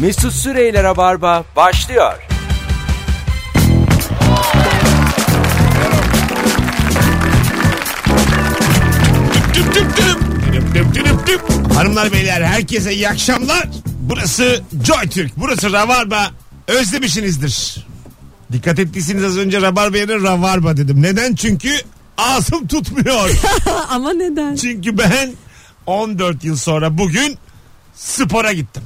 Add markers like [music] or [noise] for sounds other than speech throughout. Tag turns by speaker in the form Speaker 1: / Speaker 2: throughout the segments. Speaker 1: Mesut Süreyler'e barba başlıyor.
Speaker 2: Düp düp düp. Düp düp düp düp. Hanımlar beyler herkese iyi akşamlar. Burası Joy Türk. Burası Rabarba. Özlemişsinizdir. Dikkat ettiyseniz az önce Rabarba yerine Ravarba dedim. Neden? Çünkü ağzım tutmuyor.
Speaker 3: Ama neden?
Speaker 2: Çünkü ben 14 yıl sonra bugün spora gittim.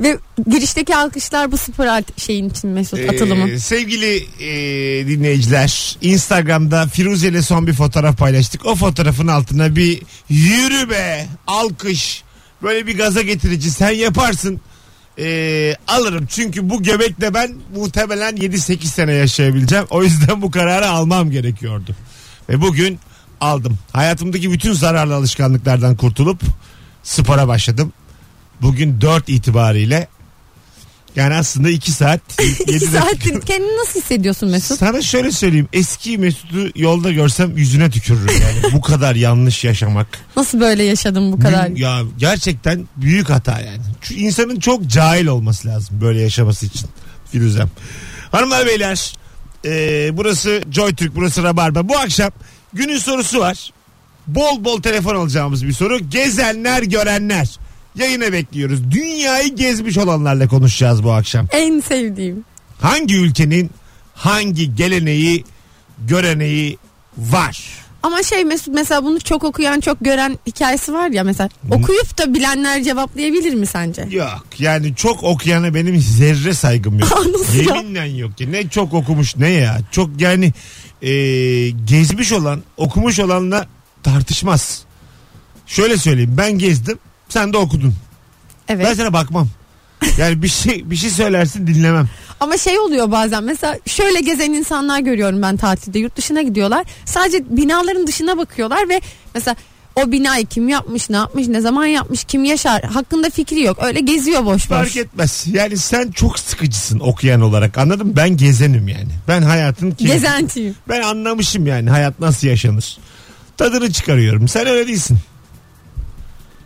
Speaker 3: Ve girişteki alkışlar bu spor alt- şeyin için Mesut atılımı.
Speaker 2: Ee, sevgili e, dinleyiciler Instagram'da Firuze ile son bir fotoğraf paylaştık. O fotoğrafın altına bir yürü be alkış böyle bir gaza getirici sen yaparsın Ee, alırım. Çünkü bu göbekle ben muhtemelen 7-8 sene yaşayabileceğim. O yüzden bu kararı almam gerekiyordu. Ve bugün aldım. Hayatımdaki bütün zararlı alışkanlıklardan kurtulup spora başladım. Bugün 4 itibariyle yani aslında 2 saat 7
Speaker 3: [laughs] İki saattir kendini nasıl hissediyorsun Mesut?
Speaker 2: Sana şöyle söyleyeyim. Eski Mesut'u yolda görsem yüzüne tükürürüm yani. bu kadar yanlış yaşamak.
Speaker 3: Nasıl böyle yaşadın bu kadar?
Speaker 2: Ya gerçekten büyük hata yani. Şu insanın çok cahil olması lazım böyle yaşaması için. Firuzem. Hanımlar beyler e, burası Joy Türk burası Rabarba. Bu akşam günün sorusu var. Bol bol telefon alacağımız bir soru. Gezenler görenler. Yayına bekliyoruz. Dünyayı gezmiş olanlarla konuşacağız bu akşam
Speaker 3: En sevdiğim.
Speaker 2: hangi ülkenin hangi geleneği göreneği var?
Speaker 3: Ama şey Mesut mesela bunu çok okuyan çok gören hikayesi var ya mesela. Okuyup da bilenler cevaplayabilir mi [laughs] sence?
Speaker 2: Yok yani çok okuyana benim zerre saygım yok.
Speaker 3: Nasıl [laughs] ya?
Speaker 2: Yeminle yok ya ne çok okumuş ne ya çok yani e, gezmiş olan okumuş olanla tartışmaz. Şöyle söyleyeyim ben gezdim sen de okudun
Speaker 3: Evet.
Speaker 2: ben sana bakmam. Yani bir şey bir şey söylersin dinlemem.
Speaker 3: Ama şey oluyor bazen mesela şöyle gezen insanlar görüyorum ben tatilde yurt dışına gidiyorlar. Sadece binaların dışına bakıyorlar ve mesela o binayı kim yapmış, ne yapmış, ne zaman yapmış, kim yaşar hakkında fikri yok. Öyle geziyor boş boş.
Speaker 2: Fark etmez. Yani sen çok sıkıcısın okuyan olarak anladın mı? Ben gezenim yani. Ben hayatın keyfi-
Speaker 3: Gezentiyim.
Speaker 2: Ben anlamışım yani hayat nasıl yaşanır. Tadını çıkarıyorum. Sen öyle değilsin.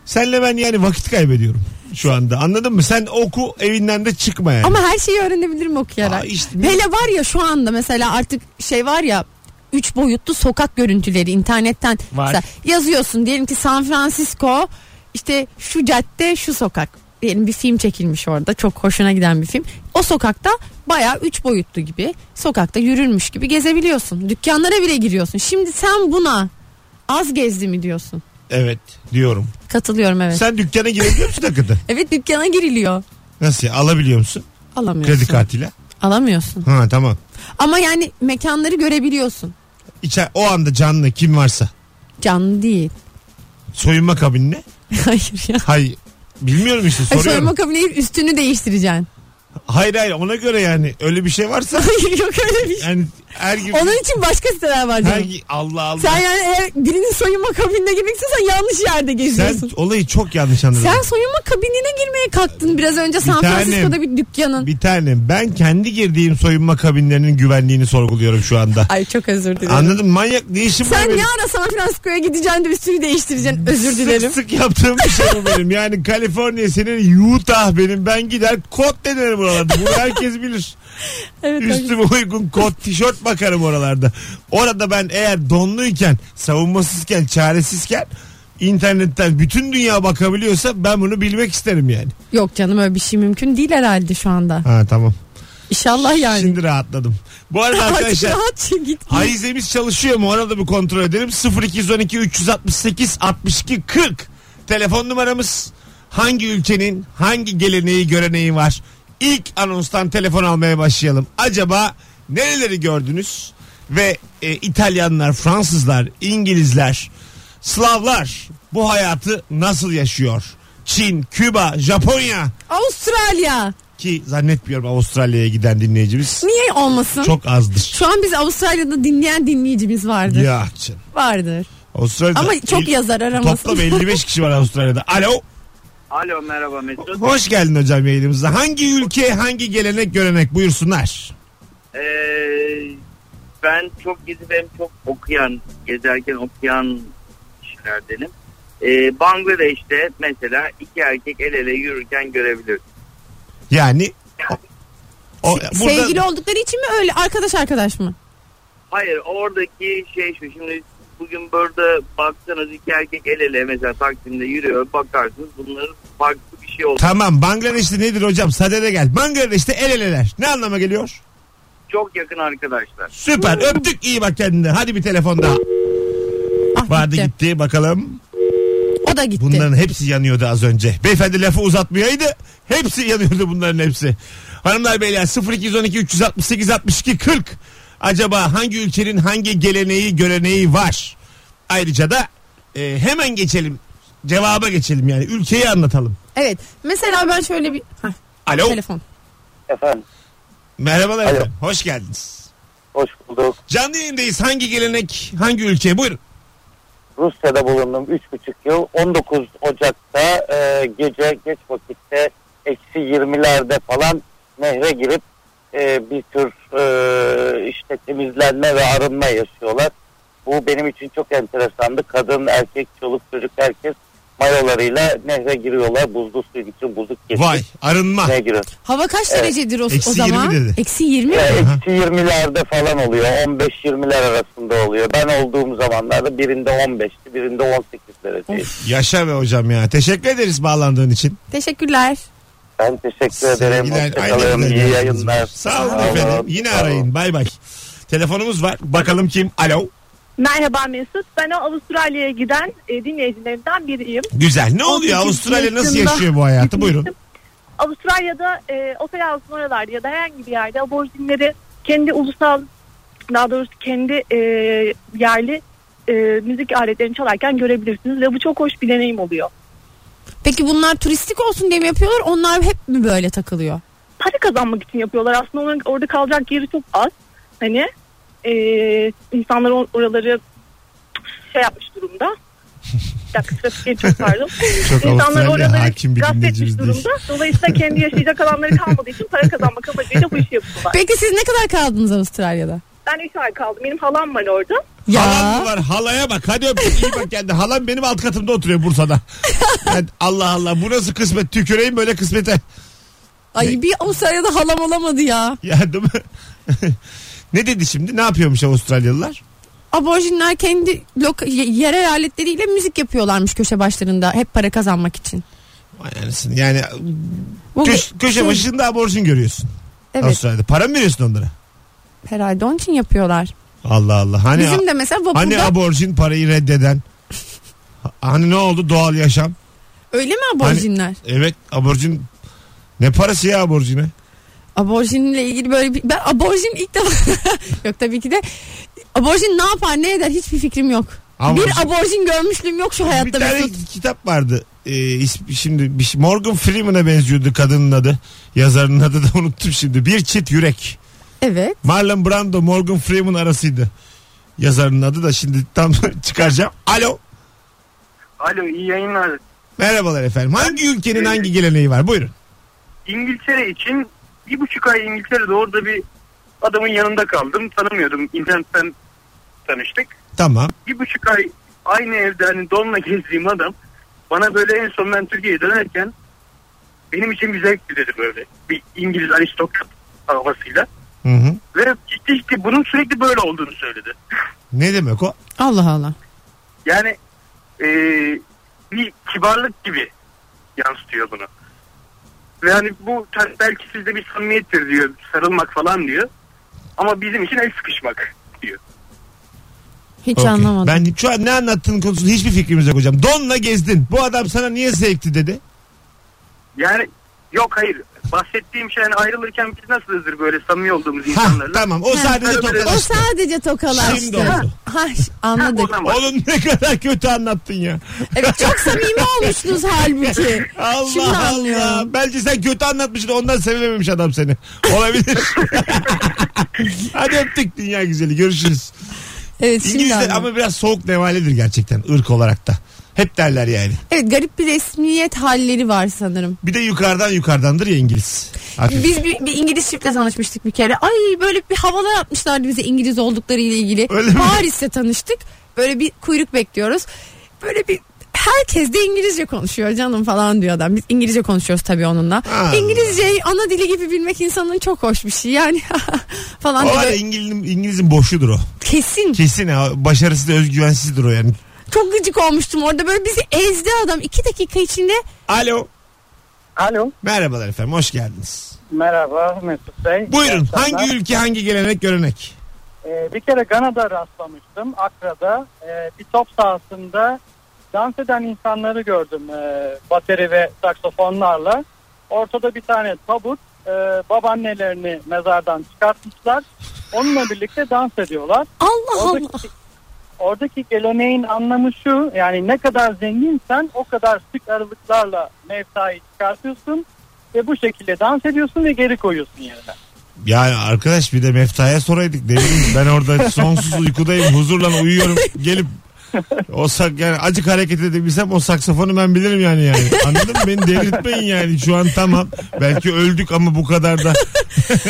Speaker 2: Senle ben yani vakit kaybediyorum şu anda. Anladın mı? Sen oku evinden de çıkma yani.
Speaker 3: Ama her şeyi öğrenebilirim okuyarak.
Speaker 2: Aa, işte-
Speaker 3: Hele var ya şu anda mesela artık şey var ya üç boyutlu sokak görüntüleri internetten
Speaker 2: Var.
Speaker 3: Mesela yazıyorsun diyelim ki San Francisco işte şu cadde şu sokak diyelim bir film çekilmiş orada çok hoşuna giden bir film. O sokakta bayağı üç boyutlu gibi sokakta yürürmüş gibi gezebiliyorsun. Dükkanlara bile giriyorsun. Şimdi sen buna az gezdi mi diyorsun?
Speaker 2: Evet diyorum.
Speaker 3: Katılıyorum evet.
Speaker 2: Sen dükkana girebiliyor musun hakikaten?
Speaker 3: Evet dükkana giriliyor.
Speaker 2: Nasıl ya? Alabiliyor musun?
Speaker 3: Alamıyorsun.
Speaker 2: Kredi kartıyla.
Speaker 3: Alamıyorsun.
Speaker 2: Ha tamam.
Speaker 3: Ama yani mekanları görebiliyorsun.
Speaker 2: İçer, o anda canlı kim varsa.
Speaker 3: Canlı değil.
Speaker 2: Soyunma kabinine.
Speaker 3: [laughs] Hayır ya.
Speaker 2: Hay bilmiyorum işte
Speaker 3: Ay,
Speaker 2: soruyorum.
Speaker 3: soyunma kabininin üstünü değiştireceksin. [laughs]
Speaker 2: Hayır hayır ona göre yani öyle bir şey varsa
Speaker 3: Hayır yok öyle bir şey.
Speaker 2: yani her gün
Speaker 3: Onun için başka siteler var
Speaker 2: her
Speaker 3: canım.
Speaker 2: gün- Allah Allah.
Speaker 3: Sen
Speaker 2: Sen,
Speaker 3: yani eğer birinin soyunma kabinine girmek istiyorsan yanlış yerde geziyorsun.
Speaker 2: olayı çok yanlış anladın.
Speaker 3: Sen, soyunma kabinine girmeye kalktın biraz önce San
Speaker 2: tanem.
Speaker 3: Francisco'da bir dükkanın.
Speaker 2: Bir tanem ben kendi girdiğim soyunma kabinlerinin güvenliğini sorguluyorum şu anda.
Speaker 3: Ay çok özür dilerim.
Speaker 2: Anladın mı? Manyak ne işim var
Speaker 3: Sen
Speaker 2: benim?
Speaker 3: ne ara San Francisco'ya gideceksin de üstünü değiştireceksin.
Speaker 2: [laughs]
Speaker 3: Özür dilerim.
Speaker 2: Sık sık yaptığım bir şey bu benim. Yani Kaliforniya senin Utah benim. Ben gider kot denerim oralarda. Bunu herkes
Speaker 3: [laughs]
Speaker 2: bilir.
Speaker 3: Evet,
Speaker 2: Üstüme uygun kot tişört bakarım oralarda. Orada ben eğer donluyken, savunmasızken, çaresizken internetten bütün dünya bakabiliyorsa ben bunu bilmek isterim yani.
Speaker 3: Yok canım öyle bir şey mümkün değil herhalde şu anda.
Speaker 2: Ha tamam.
Speaker 3: İnşallah yani.
Speaker 2: Şimdi rahatladım. Bu
Speaker 3: [laughs]
Speaker 2: arada
Speaker 3: Artık
Speaker 2: arkadaşlar
Speaker 3: rahatça git.
Speaker 2: Hayzemiz çalışıyor mu? Ona da bir kontrol edelim. 0212 368 62 40 telefon numaramız. Hangi ülkenin hangi geleneği göreneği var? İlk anonstan telefon almaya başlayalım. Acaba nereleri gördünüz? Ve e, İtalyanlar, Fransızlar, İngilizler, Slavlar bu hayatı nasıl yaşıyor? Çin, Küba, Japonya
Speaker 3: Avustralya.
Speaker 2: ki zannetmiyorum Avustralya'ya giden dinleyicimiz
Speaker 3: Niye olmasın?
Speaker 2: çok azdır.
Speaker 3: Şu an biz Avustralya'da dinleyen dinleyicimiz vardır.
Speaker 2: Ya canım.
Speaker 3: Vardır.
Speaker 2: Avustralya'da
Speaker 3: Ama çok
Speaker 2: el-
Speaker 3: yazar aramasın.
Speaker 2: Toplam 55 kişi var Avustralya'da. Alo.
Speaker 4: Alo merhaba Mesut.
Speaker 2: Hoş geldin hocam yayınımıza. Hangi ülke, hangi gelenek, görenek buyursunlar.
Speaker 4: Ee, ben çok gezip hem çok okuyan, gezerken okuyan kişilerdenim. Ee, Bangladeş'te mesela iki erkek el ele yürürken görebilir.
Speaker 2: Yani o- o- burada-
Speaker 3: Sevgili oldukları için mi öyle arkadaş arkadaş mı?
Speaker 4: Hayır oradaki şey şu şimdi bugün burada baksanız iki erkek el ele mesela Taksim'de yürüyor bakarsınız bunların farklı bir şey oldu.
Speaker 2: Tamam Bangladeş'te nedir hocam? Sadede gel. Bangladeş'te el eleler. Ne anlama geliyor?
Speaker 4: Çok yakın arkadaşlar.
Speaker 2: Süper. Öptük. iyi bak kendine. Hadi bir telefon daha.
Speaker 3: Ah
Speaker 2: Vardı
Speaker 3: gitti.
Speaker 2: gitti. Bakalım.
Speaker 3: O da gitti.
Speaker 2: Bunların hepsi yanıyordu az önce. Beyefendi lafı uzatmayaydı. Hepsi yanıyordu bunların hepsi. Hanımlar beyler 0212 368 62 40. Acaba hangi ülkenin hangi geleneği göreneği var? Ayrıca da e, hemen geçelim. Cevaba geçelim yani. Ülkeyi anlatalım.
Speaker 3: Evet. Mesela ben şöyle bir... Hah,
Speaker 2: Alo.
Speaker 3: Telefon.
Speaker 5: Efendim
Speaker 2: Merhabalar
Speaker 5: Alo.
Speaker 2: efendim. Hoş geldiniz.
Speaker 5: hoş bulduk.
Speaker 2: Canlı yayındayız. Hangi gelenek hangi ülke? Buyurun.
Speaker 5: Rusya'da bulundum 3,5 yıl. 19 Ocak'ta e, gece geç vakitte eksi 20'lerde falan nehre girip e, bir tür e, işte temizlenme ve arınma yaşıyorlar. Bu benim için çok enteresandı. Kadın, erkek, çoluk, çocuk herkes mayolarıyla nehre giriyorlar. Buzlu suyun için buzluk geçip
Speaker 2: Vay arınma.
Speaker 5: nehre giriyor.
Speaker 3: Hava kaç
Speaker 5: Evet.
Speaker 3: derecedir o,
Speaker 2: Eksi
Speaker 3: o zaman?
Speaker 2: 20 dedi.
Speaker 3: Eksi 20
Speaker 5: E,
Speaker 3: mi?
Speaker 5: Eksi 20'lerde falan oluyor. 15-20'ler arasında oluyor. Ben olduğum zamanlarda birinde 15'ti, birinde 18 dereceydi.
Speaker 2: Yaşa be hocam ya. Teşekkür ederiz bağlandığın için.
Speaker 3: Teşekkürler.
Speaker 5: Ben teşekkür ederim.
Speaker 2: Sevgiler,
Speaker 5: Hoşçakalın.
Speaker 2: aynı
Speaker 5: İyi
Speaker 2: güzel
Speaker 5: yayınlar.
Speaker 2: yayınlar. Sağ olun efendim. Yine arayın. Bay bay. Telefonumuz var. Bakalım kim? Alo.
Speaker 6: Merhaba Mesut. Ben o Avustralya'ya giden e, dinleyicilerimden biriyim.
Speaker 2: Güzel. Ne oluyor?
Speaker 6: 18
Speaker 2: Avustralya nasıl
Speaker 6: yaşında
Speaker 2: yaşıyor bu hayatı? Buyurun.
Speaker 6: Avustralya'da e, otel ağzının oralarda ya da herhangi bir yerde aborjinleri kendi ulusal daha doğrusu kendi e, yerli e, müzik aletlerini çalarken görebilirsiniz ve bu çok hoş bir deneyim oluyor.
Speaker 3: Peki bunlar turistik olsun diye mi yapıyorlar? Onlar hep mi böyle takılıyor?
Speaker 6: Para kazanmak için yapıyorlar. Aslında onların orada kalacak yeri çok az. Hani e, insanlar or- oraları şey yapmış durumda. Bir dakika trafiğe çok pardon.
Speaker 2: Çok
Speaker 6: İnsanlar
Speaker 2: Avustralya
Speaker 6: oraları
Speaker 2: hakim bir
Speaker 6: gasp
Speaker 2: dinleyicimiz
Speaker 6: etmiş
Speaker 2: değil.
Speaker 6: durumda. Dolayısıyla kendi yaşayacak alanları kalmadığı için para kazanmak amacıyla bu işi yapıyorlar.
Speaker 3: Peki siz ne kadar kaldınız Avustralya'da?
Speaker 6: Ben 3 ay kaldım. Benim halam var orada.
Speaker 2: Halam mı var? Halaya bak. Hadi öptük. İyi bak kendi. Halam benim alt katımda oturuyor Bursa'da. Ben- Allah Allah. Bu nasıl kısmet? Tüküreyim böyle kısmete. [laughs]
Speaker 3: Ay bir Avustralya'da halam olamadı ya.
Speaker 2: Ya değil mi? [laughs] ne dedi şimdi? Ne yapıyormuş Avustralyalılar?
Speaker 3: Aborjinler kendi loka- ye- yerel aletleriyle müzik yapıyorlarmış köşe başlarında hep para kazanmak için.
Speaker 2: Vay anasını. Yani
Speaker 3: Bu
Speaker 2: köş- köşe
Speaker 3: şey-
Speaker 2: başında aborjin görüyorsun.
Speaker 3: Evet
Speaker 2: Avustralya'da. Para mı veriyorsun onlara?
Speaker 3: herhalde onun için yapıyorlar.
Speaker 2: Allah Allah. Hani
Speaker 3: Bizim de mesela vapurda
Speaker 2: Hani aborjin parayı reddeden. Hani ne oldu doğal yaşam?
Speaker 3: öyle mi aborjinler?
Speaker 2: Evet aborjin ne parası ya aborjine?
Speaker 3: Aborjinle ilgili böyle bir... Ben aborjin ilk defa... [laughs] yok tabii ki de. Aborjin ne yapar ne eder hiçbir fikrim yok.
Speaker 2: Aborjin-
Speaker 3: Bir aborjin görmüşlüğüm yok şu
Speaker 2: Bir
Speaker 3: hayatta.
Speaker 2: tane
Speaker 3: Mesut.
Speaker 2: kitap vardı. Ee, ismi- şimdi bir şey- Morgan Freeman'a benziyordu kadının adı. Yazarının adı da [laughs] unuttum şimdi. Bir çift yürek.
Speaker 3: Evet.
Speaker 2: Marlon Brando Morgan Freeman arasıydı. Yazarının adı da şimdi tam [laughs] çıkaracağım. Alo.
Speaker 7: Alo iyi yayınlar.
Speaker 2: Merhabalar efendim. Hangi ülkenin hangi geleneği var? Buyurun.
Speaker 7: İngiltere için bir buçuk ay İngiltere'de orada bir adamın yanında kaldım. Tanımıyordum. İnternetten tanıştık.
Speaker 2: Tamam.
Speaker 7: Bir buçuk ay aynı evde hani donla gezdiğim adam bana böyle en son ben Türkiye'ye dönerken benim için bir zevkti dedi böyle. Bir İngiliz aristokrat havasıyla.
Speaker 2: Hı hı.
Speaker 7: Ve ciddi ciddi bunun sürekli böyle olduğunu söyledi.
Speaker 2: Ne demek o?
Speaker 3: Allah Allah.
Speaker 7: Yani eee, bir kibarlık gibi yansıtıyor bunu. Ve hani bu tar- belki sizde bir samimiyettir diyor. Sarılmak falan diyor. Ama bizim için el sıkışmak diyor.
Speaker 3: Hiç
Speaker 2: Okey.
Speaker 3: anlamadım.
Speaker 2: Ben şu an ne anlattığın konusunda hiçbir fikrimiz yok hocam. Donla gezdin. Bu adam sana niye zevkti dedi.
Speaker 7: Yani yok hayır. Bahsettiğim şey yani ayrılırken biz nasılızdır böyle samimi olduğumuz
Speaker 2: Ha
Speaker 7: insanlarla.
Speaker 2: tamam o
Speaker 3: Ha.
Speaker 2: sadece
Speaker 3: O
Speaker 2: tokalaştı.
Speaker 3: sadece tokalaştı.
Speaker 2: Şimdi oldu.
Speaker 3: Ha, ş- anladık.
Speaker 7: O zaman
Speaker 2: Oğlum ne kadar kötü anlattın ya.
Speaker 3: Evet çok samimi olmuşsunuz halbuki.
Speaker 2: [laughs] Allah
Speaker 3: Şimdi
Speaker 2: Allah.
Speaker 3: anlıyorum.
Speaker 2: Bence sen kötü anlatmışsın ondan sevememiş adam seni.
Speaker 3: [laughs]
Speaker 2: Olabilir. Hadi öptük dünya güzeli görüşürüz.
Speaker 3: Evet şimdi
Speaker 2: İngilizler
Speaker 3: anladım.
Speaker 2: ama biraz soğuk nevaledir gerçekten ırk olarak da. Hep derler yani.
Speaker 3: Evet garip bir resmiyet halleri var sanırım.
Speaker 2: Bir de yukarıdan yukarıdandır ya İngiliz. Hafif.
Speaker 3: Biz bir, bir İngiliz çiftle tanışmıştık bir kere. Ay böyle bir havalar atmışlardı bize İngiliz oldukları ile ilgili.
Speaker 2: Öyle mi?
Speaker 3: Paris'te tanıştık. Böyle bir kuyruk bekliyoruz. Böyle bir herkes de İngilizce konuşuyor canım falan diyor adam. Biz İngilizce konuşuyoruz tabii onunla.
Speaker 2: Ha.
Speaker 3: İngilizceyi ana dili gibi bilmek insanın çok hoş bir şey yani [laughs] falan
Speaker 2: O var ya
Speaker 3: diyor.
Speaker 2: İngiliz'in, İngiliz'in boşudur o.
Speaker 3: Kesin.
Speaker 2: Kesin ha. Başarısı da özgüvensizdir o yani.
Speaker 3: Çok gıcık olmuştum orada böyle bizi ezdi adam. iki dakika içinde
Speaker 2: Alo.
Speaker 5: Alo.
Speaker 2: Merhabalar efendim. Hoş geldiniz.
Speaker 5: Merhaba Mesut Bey.
Speaker 2: Buyurun.
Speaker 5: İyi akşamlar.
Speaker 2: Hangi ülke hangi gelenek görenek?
Speaker 5: Ee, bir kere Gana'da rastlamıştım. Akra'da Ee, bir top sahasında dans eden insanları gördüm ee, bateri ve saksofonlarla. Ortada bir tane tabut ee, babaannelerini mezardan çıkartmışlar. Onunla birlikte dans ediyorlar.
Speaker 3: Allah Allah.
Speaker 5: Oradaki, oradaki geleneğin anlamı şu yani ne kadar zenginsen o kadar sık aralıklarla mevtayı çıkartıyorsun ve bu şekilde dans ediyorsun ve geri koyuyorsun yerine.
Speaker 2: Yani arkadaş bir de Mefta'ya soraydık. Ne bileyim ben orada sonsuz uykudayım. Huzurla uyuyorum. Gelip o sak yani acık hareket edebilsem o saksafonu ben bilirim yani yani. Anladın mı? Beni delirtmeyin yani. Şu an tamam. Belki öldük ama bu kadar da.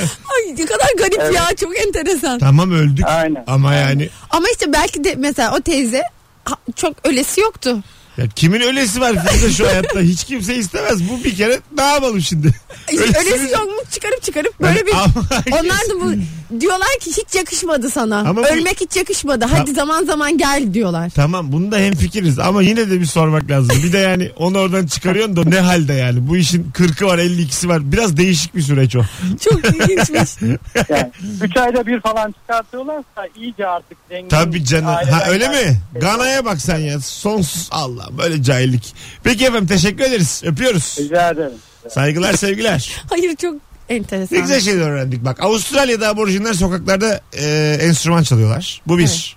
Speaker 3: Ay ne kadar garip ya çok enteresan.
Speaker 2: Tamam öldük.
Speaker 5: Aynen.
Speaker 2: Ama yani
Speaker 3: Ama işte belki de mesela o teyze ha, çok ölesi yoktu.
Speaker 2: ya kimin ölesi var Firuze şu hayatta? Hiç kimse istemez. Bu bir kere ne yapalım şimdi?
Speaker 3: Ölesi, yokmuş çıkarıp çıkarıp böyle bir
Speaker 2: Ama herkes-
Speaker 3: Onlar da bu diyorlar ki hiç yakışmadı sana.
Speaker 2: Ama bu-
Speaker 3: Ölmek hiç yakışmadı. Hadi
Speaker 2: Ta-
Speaker 3: zaman zaman gel diyorlar.
Speaker 2: Tamam bunda hem fikiriz ama yine de bir sormak lazım. Bir de yani onu oradan çıkarıyorsun da ne halde yani? Bu işin 40'ı var 52'si var. Biraz değişik bir süreç o. [laughs]
Speaker 3: Çok ilginçmiş.
Speaker 5: Yani
Speaker 8: [laughs]
Speaker 5: 3 ayda bir falan çıkartıyorlarsa iyice artık zengin.
Speaker 2: Tabii canım. Ha,
Speaker 5: aileden
Speaker 2: öyle mi?
Speaker 5: gelmiş.
Speaker 2: Gana'ya bak sen ya. Sonsuz Allah böyle cahillik. Peki efendim teşekkür ederiz. Öpüyoruz.
Speaker 5: Rica ederim.
Speaker 2: Saygılar sevgiler.
Speaker 3: Hayır çok
Speaker 2: Ne
Speaker 3: enteresan.
Speaker 2: güzel şeyler öğrendik bak. Avustralya'da aborjinler sokaklarda e, enstrüman çalıyorlar. Bu bir.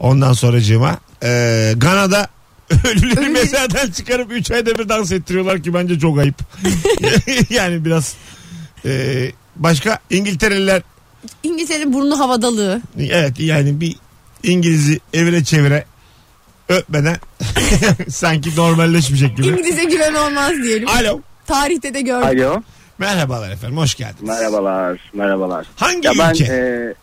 Speaker 2: Ondan sonracığıma e, Gana'da [laughs] ölüleri
Speaker 3: Ölü-
Speaker 2: mezardan çıkarıp 3 ayda bir dans ettiriyorlar ki bence çok ayıp. [laughs] yani biraz e, başka İngiltereliler
Speaker 3: İngilizce'nin burnu havadalığı.
Speaker 2: evet yani bir İngiliz'i evire çevire öpmeden [laughs] sanki normalleşmeyecek gibi.
Speaker 3: İngilizce güven olmaz diyelim.
Speaker 2: Alo.
Speaker 3: Tarihte de gördük.
Speaker 9: Alo.
Speaker 2: Merhabalar efendim hoş geldiniz.
Speaker 9: Merhabalar, merhabalar.
Speaker 2: Hangi
Speaker 9: Ya ben
Speaker 2: ülke?
Speaker 9: e,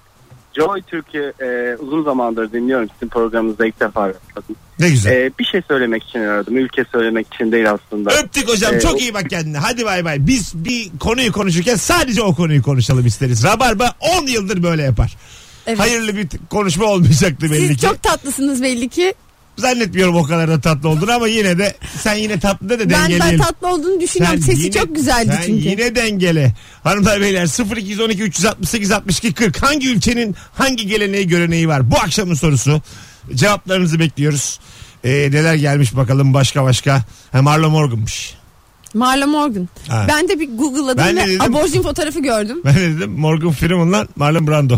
Speaker 9: Joy Türkiye e, uzun zamandır dinliyorum. Sizin programınızda ilk defa rastladım.
Speaker 2: ne güzel.
Speaker 9: E, bir şey söylemek için aradım. Ülke söylemek için değil aslında.
Speaker 2: Öptük hocam.
Speaker 9: Ee,
Speaker 2: Çok iyi bak kendine. Hadi bay bay. Biz bir konuyu konuşurken sadece o konuyu konuşalım isteriz. Rabarba 10 yıldır böyle yapar.
Speaker 3: Evet.
Speaker 2: Hayırlı bir t- konuşma olmayacaktı belli
Speaker 3: Siz
Speaker 2: ki.
Speaker 3: çok tatlısınız belli ki.
Speaker 2: Zannetmiyorum o kadar da tatlı olduğunu ama yine de sen yine tatlı da de
Speaker 3: Ben, ben
Speaker 2: dengeleyelim.
Speaker 3: tatlı olduğunu düşünüyorum. Sesi
Speaker 2: yine-
Speaker 3: çok güzeldi
Speaker 2: sen
Speaker 3: çünkü.
Speaker 2: yine dengele. Hanımlar beyler 0212 368 62 40 hangi ülkenin hangi geleneği göreneği var? Bu akşamın sorusu. Cevaplarınızı bekliyoruz. Ee, neler gelmiş bakalım başka başka. Ha, Marlon Morgan'mış.
Speaker 3: Marla Morgan.
Speaker 2: Ha.
Speaker 3: Ben de bir Google'ladım
Speaker 2: Ben de
Speaker 3: ve
Speaker 2: dedim-
Speaker 3: aborjin fotoğrafı gördüm.
Speaker 2: Ben de dedim Morgan Freeman'la Marlon Brando.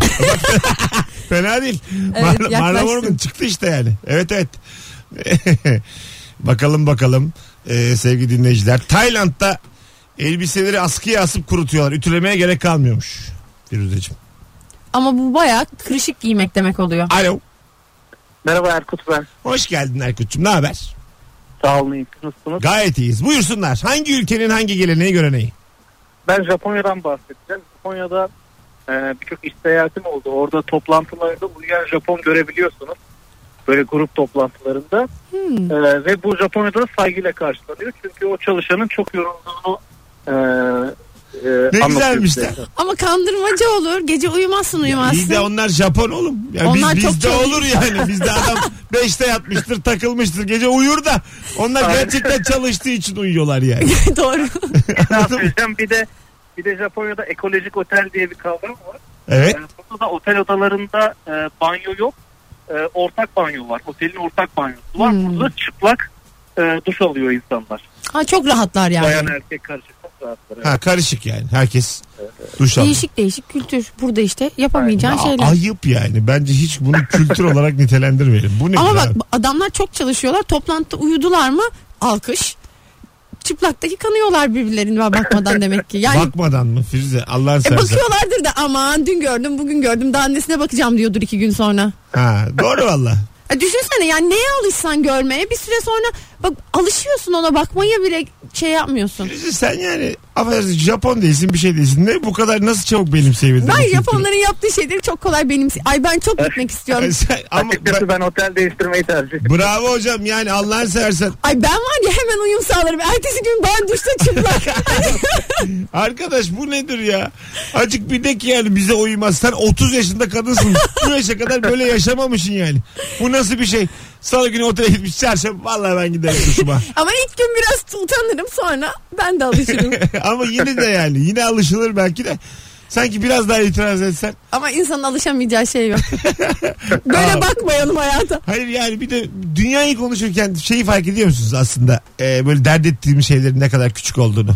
Speaker 2: Fena değil. Mar-
Speaker 3: yaklaştın.
Speaker 2: Marlon Morgan çıktı işte yani. Evet evet. [laughs] bakalım bakalım Ee, sevgili dinleyiciler. Tayland'da elbiseleri askıya asıp kurutuyorlar. Ütülemeye gerek kalmıyormuş. Firuzeciğim.
Speaker 3: Ama bu bayağı kırışık giymek demek oluyor.
Speaker 2: Alo.
Speaker 5: Merhaba Erkut ben.
Speaker 2: Hoş geldin Erkut'cum. Ne haber?
Speaker 5: Sağ olun iyi ki nasılsınız?
Speaker 2: Gayet iyiyiz. Buyursunlar. Hangi ülkenin hangi geleneği göreneği?
Speaker 5: Ben Japonya'dan bahsedeceğim. Japonya'da e, birçok iş seyahatim oldu. Orada toplantılarda uyuyan Japon görebiliyorsunuz. Böyle grup toplantılarında.
Speaker 2: Hmm.
Speaker 5: E, ve bu Japonya'da saygıyla karşılanıyor. Çünkü o çalışanın çok yorulduğunu e, e,
Speaker 2: Ne
Speaker 5: anlatıyor
Speaker 2: güzelmiş
Speaker 5: size.
Speaker 2: de.
Speaker 5: [laughs]
Speaker 3: Ama kandırmaca olur. Gece uyumazsın uyumazsın.
Speaker 2: İyi de onlar Japon oğlum. Ya
Speaker 3: Onlar
Speaker 2: biz,
Speaker 3: çok
Speaker 2: bizde
Speaker 3: çalışıyor.
Speaker 2: olur yani. Bizde adam 5'te yatmıştır, takılmıştır. Gece uyur da onlar gerçekten çalıştığı için uyuyorlar yani.
Speaker 3: Doğru.
Speaker 2: Anladın mı?
Speaker 5: söyleyeceğim. Bir de bir de Japonya'da ekolojik otel diye bir kavram var.
Speaker 2: evet.
Speaker 5: Ee, Burada da otel odalarında e, banyo yok. E, ortak banyo var. Otelin ortak banyosu var.
Speaker 3: Hmm.
Speaker 5: Burada çıplak e, duş alıyor insanlar.
Speaker 3: Ha, çok rahatlar yani.
Speaker 5: Bayan erkek karışık çok rahatlar.
Speaker 2: Ha karışık yani. Herkes duş alıyor.
Speaker 3: Değişik değişik kültür. Burada işte yapamayacağın
Speaker 2: Aa,
Speaker 3: şeyler.
Speaker 2: Ayıp yani. Bence hiç bunu kültür olarak nitelendirmeyelim. Bu ne
Speaker 3: Ama
Speaker 2: güzel
Speaker 3: bak
Speaker 2: abi.
Speaker 3: adamlar çok çalışıyorlar. Toplantıda uyudular mı? Alkış. Çıplaktaki kanıyorlar birbirlerine
Speaker 2: [laughs]
Speaker 3: bakmadan demek ki. Yani
Speaker 2: Bakmadan mı Firuze? Allah'ın
Speaker 3: e,
Speaker 2: seversen.
Speaker 3: bakıyorlardır da aman dün gördüm bugün gördüm daha annesine bakacağım diyordur iki gün sonra.
Speaker 2: Ha, doğru valla.
Speaker 3: E, düşünsene yani neye alışsan görmeye bir süre sonra Bak alışıyorsun ona bakmaya bile şey yapmıyorsun.
Speaker 2: Firuze sen yani affedersin Japon değilsin bir şey değilsin. Ne bu kadar nasıl çabuk benimseyebildin? bu
Speaker 3: Ben
Speaker 2: kültürü?
Speaker 3: Japonların yaptığı şeyleri çok kolay benim. Ay ben çok gitmek istiyorum.
Speaker 2: E, Sen- ama
Speaker 9: Açıkçası
Speaker 2: bra-
Speaker 9: ben otel değiştirmeyi tercih ediyorum.
Speaker 2: bravo hocam yani Allah'ını seversen.
Speaker 3: Ay ben var ya hemen uyum sağlarım. Ertesi gün ben duşta çıplak.
Speaker 2: Arkadaş bu nedir ya? Acık bir de ki yani bize uymaz. Sen 30 yaşında kadınsın. bu yaşa kadar böyle yaşamamışsın yani. Bu nasıl bir şey? Salı günü otele gitmiş çarşamba. Vallahi ben giderim kuşuma. [laughs]
Speaker 3: Ama ilk gün biraz utanırım sonra ben
Speaker 2: [laughs]
Speaker 3: de alışırım.
Speaker 2: Ama yine de yani. Yine alışılır belki de. Sanki biraz daha itiraz etsen.
Speaker 3: Ama insanın alışamayacağı şey yok. Böyle bakmayalım hayata.
Speaker 2: Hayır yani bir de dünyayı konuşurken şeyi fark ediyor musunuz aslında? Ee, böyle dert ettiğim şeylerin ne kadar küçük olduğunu.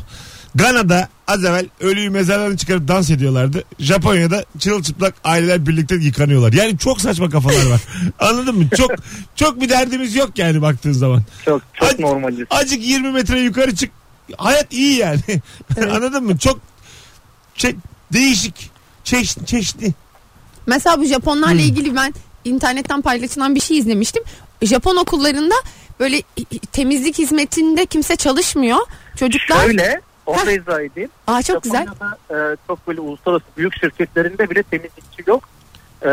Speaker 2: Gana'da az evvel ölüyü mezarlarını çıkarıp dans ediyorlardı. Japonya'da çırılçıplak aileler birlikte yıkanıyorlar. Yani çok saçma kafalar
Speaker 3: [laughs]
Speaker 2: var. Anladın mı? Çok çok bir derdimiz yok yani baktığın zaman.
Speaker 9: Çok çok
Speaker 2: Ac-
Speaker 9: normaliz.
Speaker 2: Acık 20 metre yukarı çık. Hayat iyi yani. [laughs] Anladın mı? Çok şey, değişik. Çeşitli, çeşitli.
Speaker 3: Mesela bu Japonlarla ilgili ben internetten paylaşılan bir şey izlemiştim. Japon okullarında böyle temizlik hizmetinde kimse çalışmıyor. Çocuklar
Speaker 9: Şöyle onu da izah edeyim.
Speaker 3: aa çok güzel.
Speaker 9: Japonya'da, e, çok böyle uluslararası büyük şirketlerinde bile temizlikçi yok. E,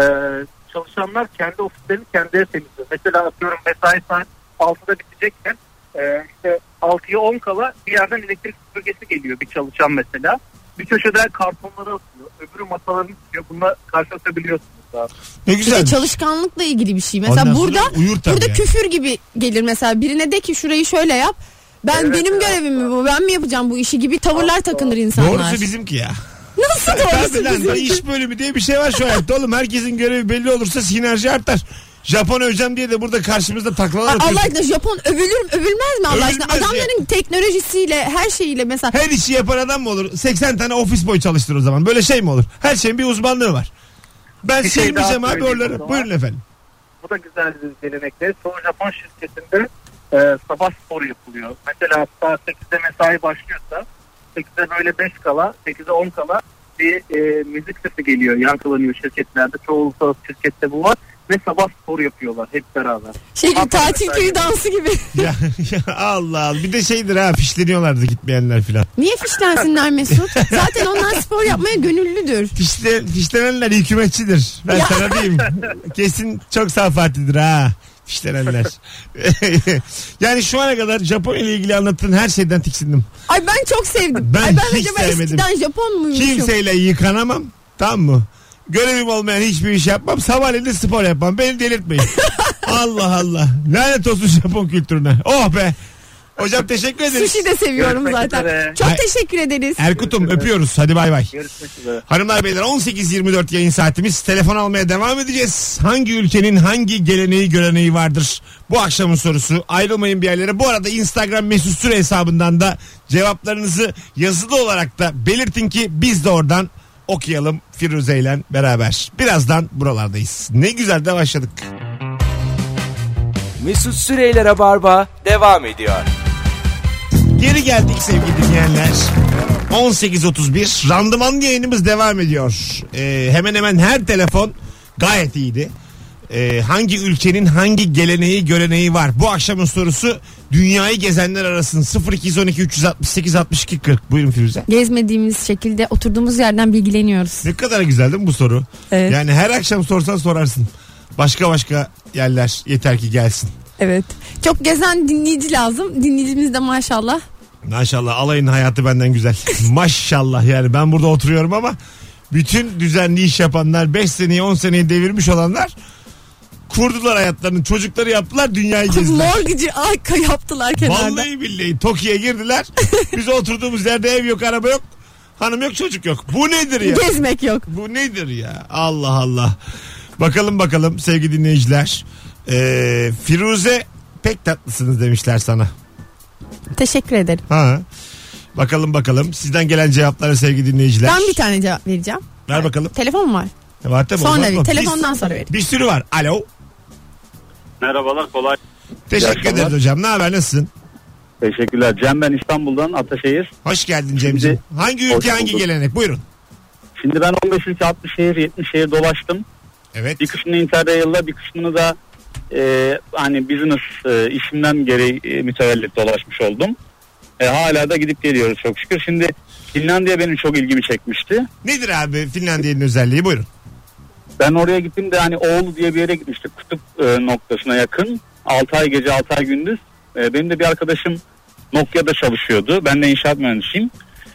Speaker 9: çalışanlar kendi ofislerini kendileri temizliyor. Mesela atıyorum mesai saat 6'da bitecekken e, işte 6'ya 10 kala bir yerden elektrik süpürgesi geliyor bir çalışan mesela. Bir köşeden kartonları atıyor. Öbürü masalarını tutuyor. Bununla karşılaşabiliyorsunuz daha.
Speaker 2: Ne
Speaker 3: Bir de
Speaker 2: güzel.
Speaker 3: çalışkanlıkla ilgili bir şey. Mesela
Speaker 2: Ondan sonra
Speaker 3: burada
Speaker 2: uyur tabii
Speaker 3: burada
Speaker 2: yani.
Speaker 3: küfür gibi gelir mesela birine de ki şurayı şöyle yap. Ben
Speaker 9: Evet,
Speaker 3: benim
Speaker 9: evet.
Speaker 3: görevim mi bu? Ben mi yapacağım bu işi gibi tavırlar takınır insanlar.
Speaker 2: Doğrusu
Speaker 3: [laughs]
Speaker 2: bizimki ya.
Speaker 3: Nasıl
Speaker 2: Tabii lan
Speaker 3: doğrusu
Speaker 2: lan,
Speaker 3: bizim?
Speaker 2: iş bölümü diye bir şey var şu hayatta oğlum. Herkesin görevi belli olursa sinerji artar. Japon öveceğim diye de burada karşımızda taklalar
Speaker 3: Allah
Speaker 2: atıyorsun.
Speaker 3: aşkına Japon övülür mü övülmez mi Allah aşkına?
Speaker 2: Övülmez
Speaker 3: Adamların teknolojisiyle her şeyiyle mesela
Speaker 2: Her işi yapan adam mı olur? 80 tane ofis boy çalıştır o zaman. Böyle şey mi olur? Her şeyin bir uzmanlığı var. Ben
Speaker 9: Bir şey
Speaker 2: silmeyeceğim
Speaker 9: daha
Speaker 2: abi
Speaker 9: söyleyeyim o
Speaker 2: oraları.
Speaker 9: zaman.
Speaker 2: Buyurun efendim.
Speaker 9: Bu da güzel bir gelenekte. Çoğu Japon şirketinde e, sabah sporu yapılıyor. Mesela saat 8'de mesai başlıyorsa 8'de böyle 5 kala, 8'e 10 kala bir e, müzik sesi geliyor. Yankılanıyor şirketlerde. Çoğu uluslararası şirkette bu var. Ve sabah sporu yapıyorlar hep beraber.
Speaker 3: şey gibi,
Speaker 9: Aferin
Speaker 3: tatil
Speaker 9: efendim.
Speaker 3: köyü dansı gibi.
Speaker 2: Ya, [laughs] ya Allah Allah. Bir de şeydir ha fişleniyorlardı gitmeyenler filan.
Speaker 3: Niye fişlensinler Mesut? Zaten onlar spor yapmaya gönüllüdür.
Speaker 2: Fişle, fişlenenler hükümetçidir. Ben sana diyeyim. Kesin çok safatidir ha.
Speaker 9: [laughs]
Speaker 2: Fişlenenler. [laughs] yani şu ana kadar Japonya ile ilgili anlattığın her şeyden tiksindim.
Speaker 3: Ay ben çok sevdim.
Speaker 2: Ben
Speaker 3: Ay ben
Speaker 2: hiç
Speaker 3: acaba
Speaker 2: sevmedim.
Speaker 3: eskiden Japon muymuşum?
Speaker 2: Kimseyle yıkanamam. Tamam mı? Görevim olmayan hiçbir iş yapmam. Sabahleyin de spor yapmam. Beni
Speaker 3: [laughs]
Speaker 2: delirtmeyin. Allah Allah. Lanet olsun Japon kültürüne. Oh be. Hocam teşekkür ederiz.
Speaker 3: Sushi de seviyorum
Speaker 9: Görüşmek
Speaker 3: zaten.
Speaker 9: üzere.
Speaker 3: Çok
Speaker 2: Ay-
Speaker 3: teşekkür ederiz.
Speaker 2: Erkut'um öpüyoruz. Hadi bay bay.
Speaker 9: Görüşmek üzere.
Speaker 2: Hanımlar beyler 18.24 yayın saatimiz. Telefon almaya devam edeceğiz. Hangi ülkenin hangi geleneği göreneği vardır? Bu akşamın sorusu. Ayrılmayın bir yerlere. Bu arada Instagram mesut süre hesabından da cevaplarınızı yazılı olarak da belirtin ki biz de oradan okuyalım Firuze ile beraber. Birazdan buralardayız. Ne güzel de başladık.
Speaker 1: Mesut Süreyler'e barba devam ediyor.
Speaker 2: Geri geldik sevgili dinleyenler. 18.31 randıman yayınımız devam ediyor. Ee, hemen hemen her telefon gayet iyiydi. Ee, hangi ülkenin hangi geleneği göreneği var? Bu akşamın sorusu dünyayı gezenler arasın 0212 368 62 40. Buyurun Firuze.
Speaker 3: Gezmediğimiz şekilde oturduğumuz yerden bilgileniyoruz.
Speaker 2: Ne kadar güzel değil mi bu soru?
Speaker 3: Evet.
Speaker 2: Yani her akşam sorsan sorarsın. Başka başka yerler yeter ki gelsin.
Speaker 3: Evet. Çok gezen dinleyici lazım. Dinleyicimiz de maşallah.
Speaker 2: Maşallah alayın hayatı benden güzel. Maşallah yani ben burada oturuyorum ama bütün düzenli iş yapanlar 5 seneyi 10 seneyi devirmiş olanlar kurdular hayatlarını çocukları yaptılar dünyayı gezdiler.
Speaker 3: Morgıcı arka yaptılar kenarda.
Speaker 2: Vallahi billahi Toki'ye girdiler. Biz oturduğumuz yerde ev yok araba yok. Hanım yok çocuk yok. Bu nedir ya?
Speaker 3: Gezmek yok.
Speaker 2: Bu nedir ya? Allah Allah. Bakalım bakalım sevgili dinleyiciler. Ee, Firuze pek tatlısınız demişler sana.
Speaker 3: Teşekkür ederim.
Speaker 2: Ha. Bakalım bakalım. Sizden gelen cevaplara sevgili dinleyiciler.
Speaker 3: Ben bir tane cevap vereceğim.
Speaker 2: Ver bakalım.
Speaker 3: Telefon mu var?
Speaker 2: Var tabii,
Speaker 3: Sonra
Speaker 2: olmaz
Speaker 3: bir-
Speaker 2: mı?
Speaker 3: telefondan sonra verin.
Speaker 2: Bir, bir sürü var. Alo.
Speaker 10: Merhabalar kolay.
Speaker 2: Teşekkür
Speaker 10: akşamlar.
Speaker 2: ederiz hocam. Ne haber nasılsın?
Speaker 10: Teşekkürler. Cem ben İstanbul'dan Ataşehir.
Speaker 2: Hoş geldin Cemciğim. Hangi ülke
Speaker 10: Hoş
Speaker 2: hangi
Speaker 10: bulduk.
Speaker 2: gelenek? Buyurun.
Speaker 10: Şimdi ben 15 ülke 60 şehir 70 şehir dolaştım.
Speaker 2: Evet.
Speaker 10: Bir kısmını Interrail'la bir kısmını da
Speaker 9: e, hani business e, işimden gereği e, mütevellit dolaşmış oldum. E, hala da gidip geliyoruz çok şükür. Şimdi Finlandiya benim çok ilgimi çekmişti.
Speaker 2: Nedir abi Finlandiya'nın özelliği buyurun.
Speaker 9: Ben oraya gittim de hani Oğlu diye bir yere gitmiştik kutup e, noktasına yakın. 6 ay gece 6 ay gündüz. E, benim de bir arkadaşım Nokia'da çalışıyordu. Ben de inşaat mühendisiyim.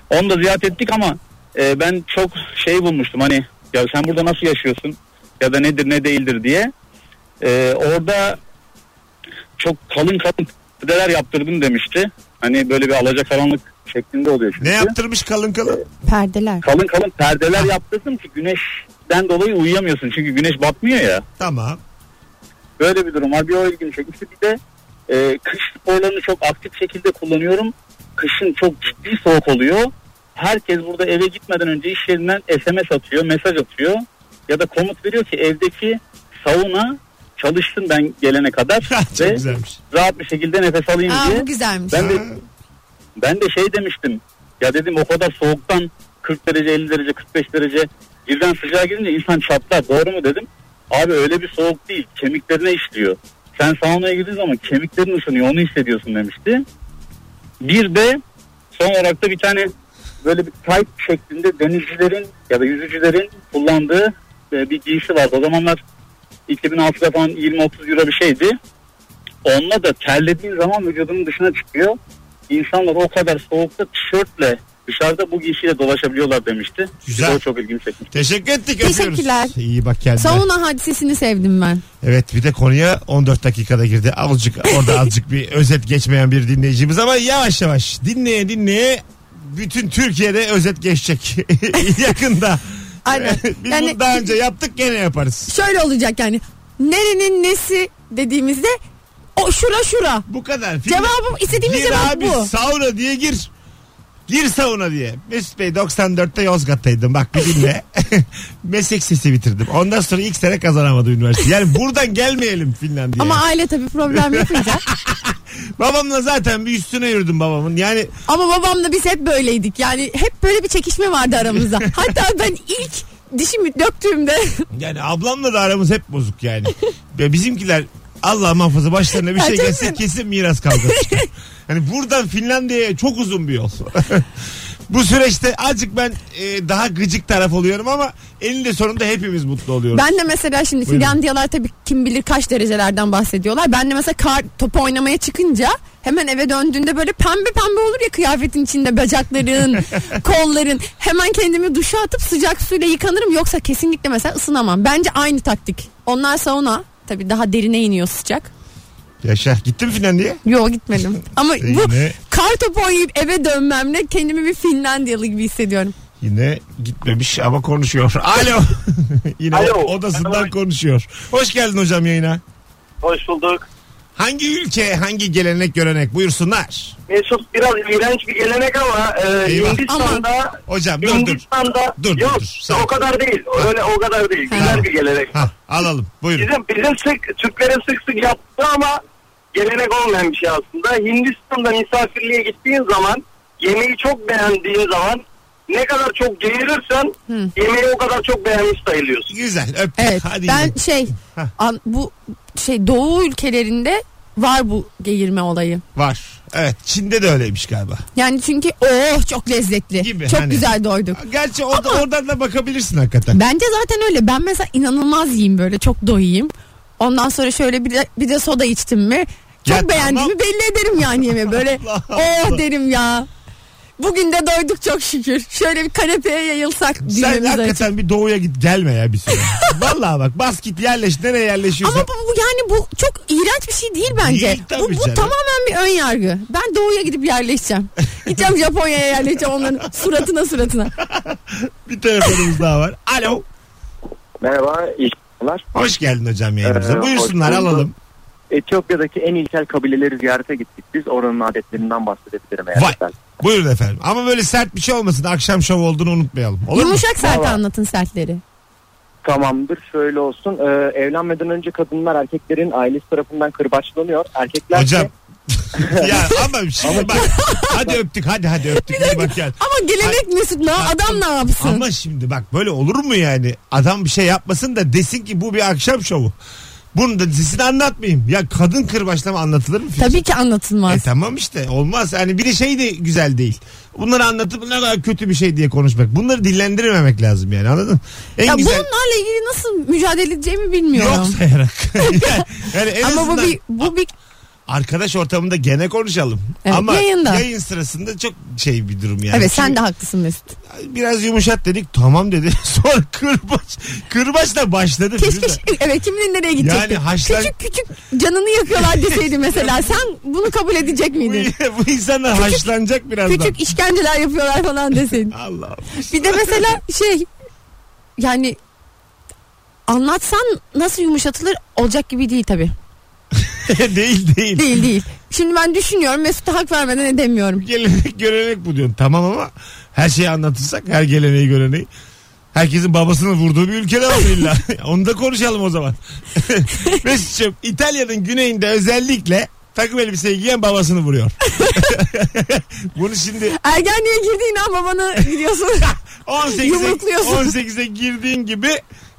Speaker 9: Onu da ziyaret ettik ama e, ben çok şey bulmuştum hani ya sen burada nasıl yaşıyorsun ya da nedir ne değildir diye. E, orada çok kalın kalın pideler yaptırdım demişti. Hani böyle bir alacakaranlık şeklinde oluyor çünkü.
Speaker 2: Ne yaptırmış kalın
Speaker 10: Ee,
Speaker 2: kalın?
Speaker 3: Perdeler.
Speaker 9: Kalın kalın perdeler yaptırdım ki güneşten dolayı uyuyamıyorsun. Çünkü güneş batmıyor ya.
Speaker 2: Tamam. [laughs]
Speaker 9: Böyle bir durum var. Bir o ilgimi çekmişti. Bir de e, kış sporlarını çok aktif şekilde kullanıyorum. Kışın çok ciddi soğuk oluyor. Herkes burada eve gitmeden önce iş yerinden SMS atıyor, mesaj atıyor. Ya da komut veriyor ki evdeki sauna çalıştın ben gelene kadar
Speaker 2: Çok
Speaker 9: ve
Speaker 2: güzelmiş.
Speaker 9: rahat bir şekilde nefes alayım
Speaker 3: Aa,
Speaker 9: diye.
Speaker 3: bu güzelmiş.
Speaker 9: Ben de ben de şey demiştim. Ya dedim o kadar soğuktan 40 derece 50 derece 45 derece birden sıcağa girince insan çatlar doğru mu dedim. Abi öyle bir soğuk değil kemiklerine işliyor. Sen saunaya girdiğin zaman kemiklerin ısınıyor onu hissediyorsun demişti. Bir de son olarak da bir tane böyle bir tayt şeklinde denizcilerin ya da yüzücülerin kullandığı e, bir giysi vardı. O zamanlar 2006'da falan 20-30 euro bir şeydi. Onunla da terlediğin zaman vücudunun dışına çıkıyor. İnsanlar o kadar soğukta tişörtle dışarıda bu giysiyle dolaşabiliyorlar demişti.
Speaker 2: Güzel.
Speaker 9: Bir de O çok ilgimi çekmiş.
Speaker 2: Teşekkür ettik.
Speaker 3: Teşekkürler.
Speaker 2: Öpüyoruz. İyi bak kendine.
Speaker 3: Sauna hadisesini sevdim ben.
Speaker 2: Evet bir de konuya 14 dakikada girdi. Azıcık orada azıcık bir özet geçmeyen bir dinleyicimiz ama yavaş yavaş dinleye dinleye bütün Türkiye'de özet geçecek. [laughs] Yakında.
Speaker 3: Aynen.
Speaker 2: [laughs] Biz
Speaker 3: Yani-
Speaker 2: bunu daha önce yaptık gene yaparız.
Speaker 3: Şöyle olacak yani. Nerenin nesi dediğimizde o şura şura.
Speaker 2: Bu kadar. Film-
Speaker 3: Cevabım istediğimiz
Speaker 2: Gir
Speaker 3: cevap
Speaker 2: abi
Speaker 3: bu.
Speaker 2: sauna diye gir. Gir sauna diye. Mesut Bey 94'te Yozgat'taydım. Bak bir dinle. [laughs] Meslek sesi bitirdim. Ondan sonra ilk sene kazanamadı üniversite. Yani buradan gelmeyelim Finlandiya'ya.
Speaker 3: Ama aile tabii problem yapınca.
Speaker 2: Babamla zaten bir üstüne yürüdüm babamın. Yani
Speaker 3: Ama babamla biz hep böyleydik. Yani hep böyle bir çekişme vardı aramızda. Hatta ben ilk dişimi döktüğümde
Speaker 2: Yani ablamla da aramız hep bozuk yani. Ya bizimkiler Allah muhafaza başlarına bir şey
Speaker 3: Gerçekten.
Speaker 2: gelse kesin miras kavgası çıkar. Yani buradan Finlandiya'ya çok uzun bir yol. [laughs] Bu süreçte azıcık ben e, daha gıcık taraf oluyorum ama eninde sonunda hepimiz mutlu oluyoruz.
Speaker 3: ben de mesela şimdi
Speaker 2: Buyurun.
Speaker 3: Finlandiyalar tabii kim bilir kaç derecelerden bahsediyorlar. Ben de mesela kar topu oynamaya çıkınca hemen eve döndüğünde böyle pembe pembe olur ya kıyafetin içinde bacakların, kolların. Hemen kendimi duşa atıp sıcak suyla yıkanırım yoksa kesinlikle mesela ısınamam. Bence aynı taktik. Onlar sauna tabii daha derine iniyor sıcak.
Speaker 2: Yaşa. Gittin mi Finlandiya'ya? [laughs]
Speaker 3: Yo gitmedim. Ama bu
Speaker 2: Yine,
Speaker 3: kar topu oynayıp eve dönmemle kendimi bir Finlandiyalı gibi hissediyorum.
Speaker 2: yine gitmemiş ama konuşuyor. [laughs] Alo. yine
Speaker 11: Alo.
Speaker 2: odasından konuşuyor. Hoş geldin hocam yayına.
Speaker 11: Hoş bulduk.
Speaker 2: Hangi ülke, hangi gelenek, görenek buyursunlar.
Speaker 11: Mesut biraz iğrenç bir gelenek ama e,
Speaker 2: Eyvah.
Speaker 11: Hindistan'da
Speaker 2: Hocam dur dur.
Speaker 11: Hindistan'da
Speaker 2: Dur, dur,
Speaker 11: yok
Speaker 2: dur. Sakin.
Speaker 11: o kadar değil. Öyle o kadar değil.
Speaker 2: Tamam.
Speaker 11: Güzel bir gelenek.
Speaker 2: Ha, alalım buyurun.
Speaker 11: Bizim bizim sık Türklerin sık sık yaptığı ama gelenek olmayan bir şey aslında. Hindistan'da misafirliğe gittiğin zaman yemeği çok beğendiğin zaman ne kadar çok geğirirsen yemeği o kadar çok beğenmiş sayılıyorsun.
Speaker 2: Güzel öptük.
Speaker 3: Evet.
Speaker 2: Hadi
Speaker 3: ben
Speaker 2: yine.
Speaker 3: şey
Speaker 2: Hah.
Speaker 3: an- bu şey doğu ülkelerinde var bu geğirme olayı.
Speaker 2: Var. Evet Çin'de de öyleymiş galiba.
Speaker 3: Yani çünkü oh çok lezzetli.
Speaker 2: Gibi,
Speaker 3: çok
Speaker 2: hani.
Speaker 3: güzel doyduk.
Speaker 2: Gerçi orada, oradan da bakabilirsin hakikaten.
Speaker 3: Bence zaten öyle. Ben mesela inanılmaz yiyeyim böyle çok doyayım. Ondan sonra şöyle bir de, bir de soda içtim mi
Speaker 2: Ya
Speaker 3: çok
Speaker 2: tamam.
Speaker 3: beğendiğimi belli ederim yani yemeği böyle
Speaker 2: [laughs] Allah Allah.
Speaker 3: oh derim ya. Bugün de doyduk çok şükür. Şöyle bir kanepeye yayılsak
Speaker 2: Sen
Speaker 3: düğmemiz açık.
Speaker 2: hakikaten bir doğuya git gelme ya bir
Speaker 3: [laughs]
Speaker 2: süre. Vallahi bak bas git yerleş nereye yerleşiyorsan.
Speaker 3: Ama bu, bu yani bu çok iğrenç bir şey değil bence.
Speaker 2: Değil tabii
Speaker 3: bu bu
Speaker 2: canım.
Speaker 3: tamamen bir ön yargı. Ben doğuya
Speaker 2: [laughs]
Speaker 3: gidip yerleşeceğim. Gideceğim Japonya'ya yerleşeceğim onların suratına suratına.
Speaker 2: Bir telefonumuz daha var. Alo.
Speaker 12: Merhaba, iyi akşamlar.
Speaker 2: Hoş geldin hocam yayınımıza.
Speaker 12: Ee,
Speaker 2: Buyursunlar
Speaker 12: hoş bulduk.
Speaker 2: alalım.
Speaker 12: Etiyopya'daki en ilkel kabileleri ziyarete gittik. Biz oranın adetlerinden bahsedebilirim eğer.
Speaker 2: Vay.
Speaker 12: isterseniz.
Speaker 2: Buyurun efendim. Ama böyle sert bir şey olmasın. Akşam şov olduğunu unutmayalım. Olur mu?
Speaker 3: Yumuşak sert
Speaker 12: Valla.
Speaker 3: anlatın sertleri.
Speaker 12: Tamamdır, şöyle olsun. Ee, evlenmeden önce kadınlar erkeklerin ailesi tarafından kırbaçlanıyor. Erkekler
Speaker 2: Hocam.
Speaker 12: [laughs]
Speaker 2: [laughs]
Speaker 12: de-
Speaker 2: ya ama şimdi bak. hadi öptük hadi hadi öptük. İyi bak gel.
Speaker 3: Ama gelenek Mesut ne? Adam ne yapsın?
Speaker 2: Ama şimdi bak böyle olur mu yani? Adam bir şey yapmasın da desin ki bu bir akşam şovu. Bunu da dizisini anlatmayayım. Ya kadın kırbaçlama anlatılır mı? Firuze?
Speaker 3: Tabii ki anlatılmaz.
Speaker 2: E tamam işte olmaz. Yani bir de şey de güzel değil. Bunları anlatıp ne kadar kötü bir şey diye konuşmak. Bunları dillendirmemek lazım yani anladın mı? En
Speaker 3: ya
Speaker 2: güzel
Speaker 3: bunlarla ilgili nasıl mücadele edeceğimi bilmiyorum.
Speaker 2: yok
Speaker 3: [laughs]
Speaker 2: sayarak. yani, yani en
Speaker 3: Ama bu
Speaker 2: azından
Speaker 3: bir, bu bir
Speaker 2: arkadaş ortamında gene konuşalım.
Speaker 3: Evet,
Speaker 2: Ama
Speaker 3: yayında.
Speaker 2: yayın sırasında çok şey bir durum yani.
Speaker 3: evet sen
Speaker 2: Çünkü
Speaker 3: de haklısın Mesut.
Speaker 2: Biraz yumuşat dedik tamam dedi. [laughs] Sonra kırbaç. Kırbaçla başladı.
Speaker 3: Keşke
Speaker 2: Firuze.
Speaker 3: şi- evet kimin nereye gidecekti?
Speaker 2: Yani haşlan-
Speaker 3: Küçük küçük canını yakıyorlar
Speaker 2: [laughs]
Speaker 3: deseydi mesela sen bunu kabul edecek miydin?
Speaker 2: bu, bu insanlar haşlanacak birazdan.
Speaker 3: küçük işkenceler yapıyorlar falan deseydin.
Speaker 2: Allah [laughs] Allah.
Speaker 3: Bir de mesela şey yani anlatsan nasıl yumuşatılır olacak gibi değil tabi.
Speaker 2: değil değil.
Speaker 3: Değil değil. Şimdi ben düşünüyorum Mesut'a hak vermeden edemiyorum.
Speaker 2: gelenek görenek bu diyorsun. Tamam ama her şeyi anlatırsak her geleneği göreneği. Herkesin babasını vurduğu bir ülkede var illa. [laughs] Onu da konuşalım o zaman. [laughs] Mesut'cum İtalya'nın güneyinde özellikle takım elbise giyen babasını vuruyor. [laughs] Bunu şimdi
Speaker 3: Ergenliğe girdiğin an babanı
Speaker 2: [laughs]
Speaker 3: gidiyorsun.
Speaker 2: 18'e,
Speaker 3: Yumrukluyorsun.
Speaker 2: 18'e girdiğin gibi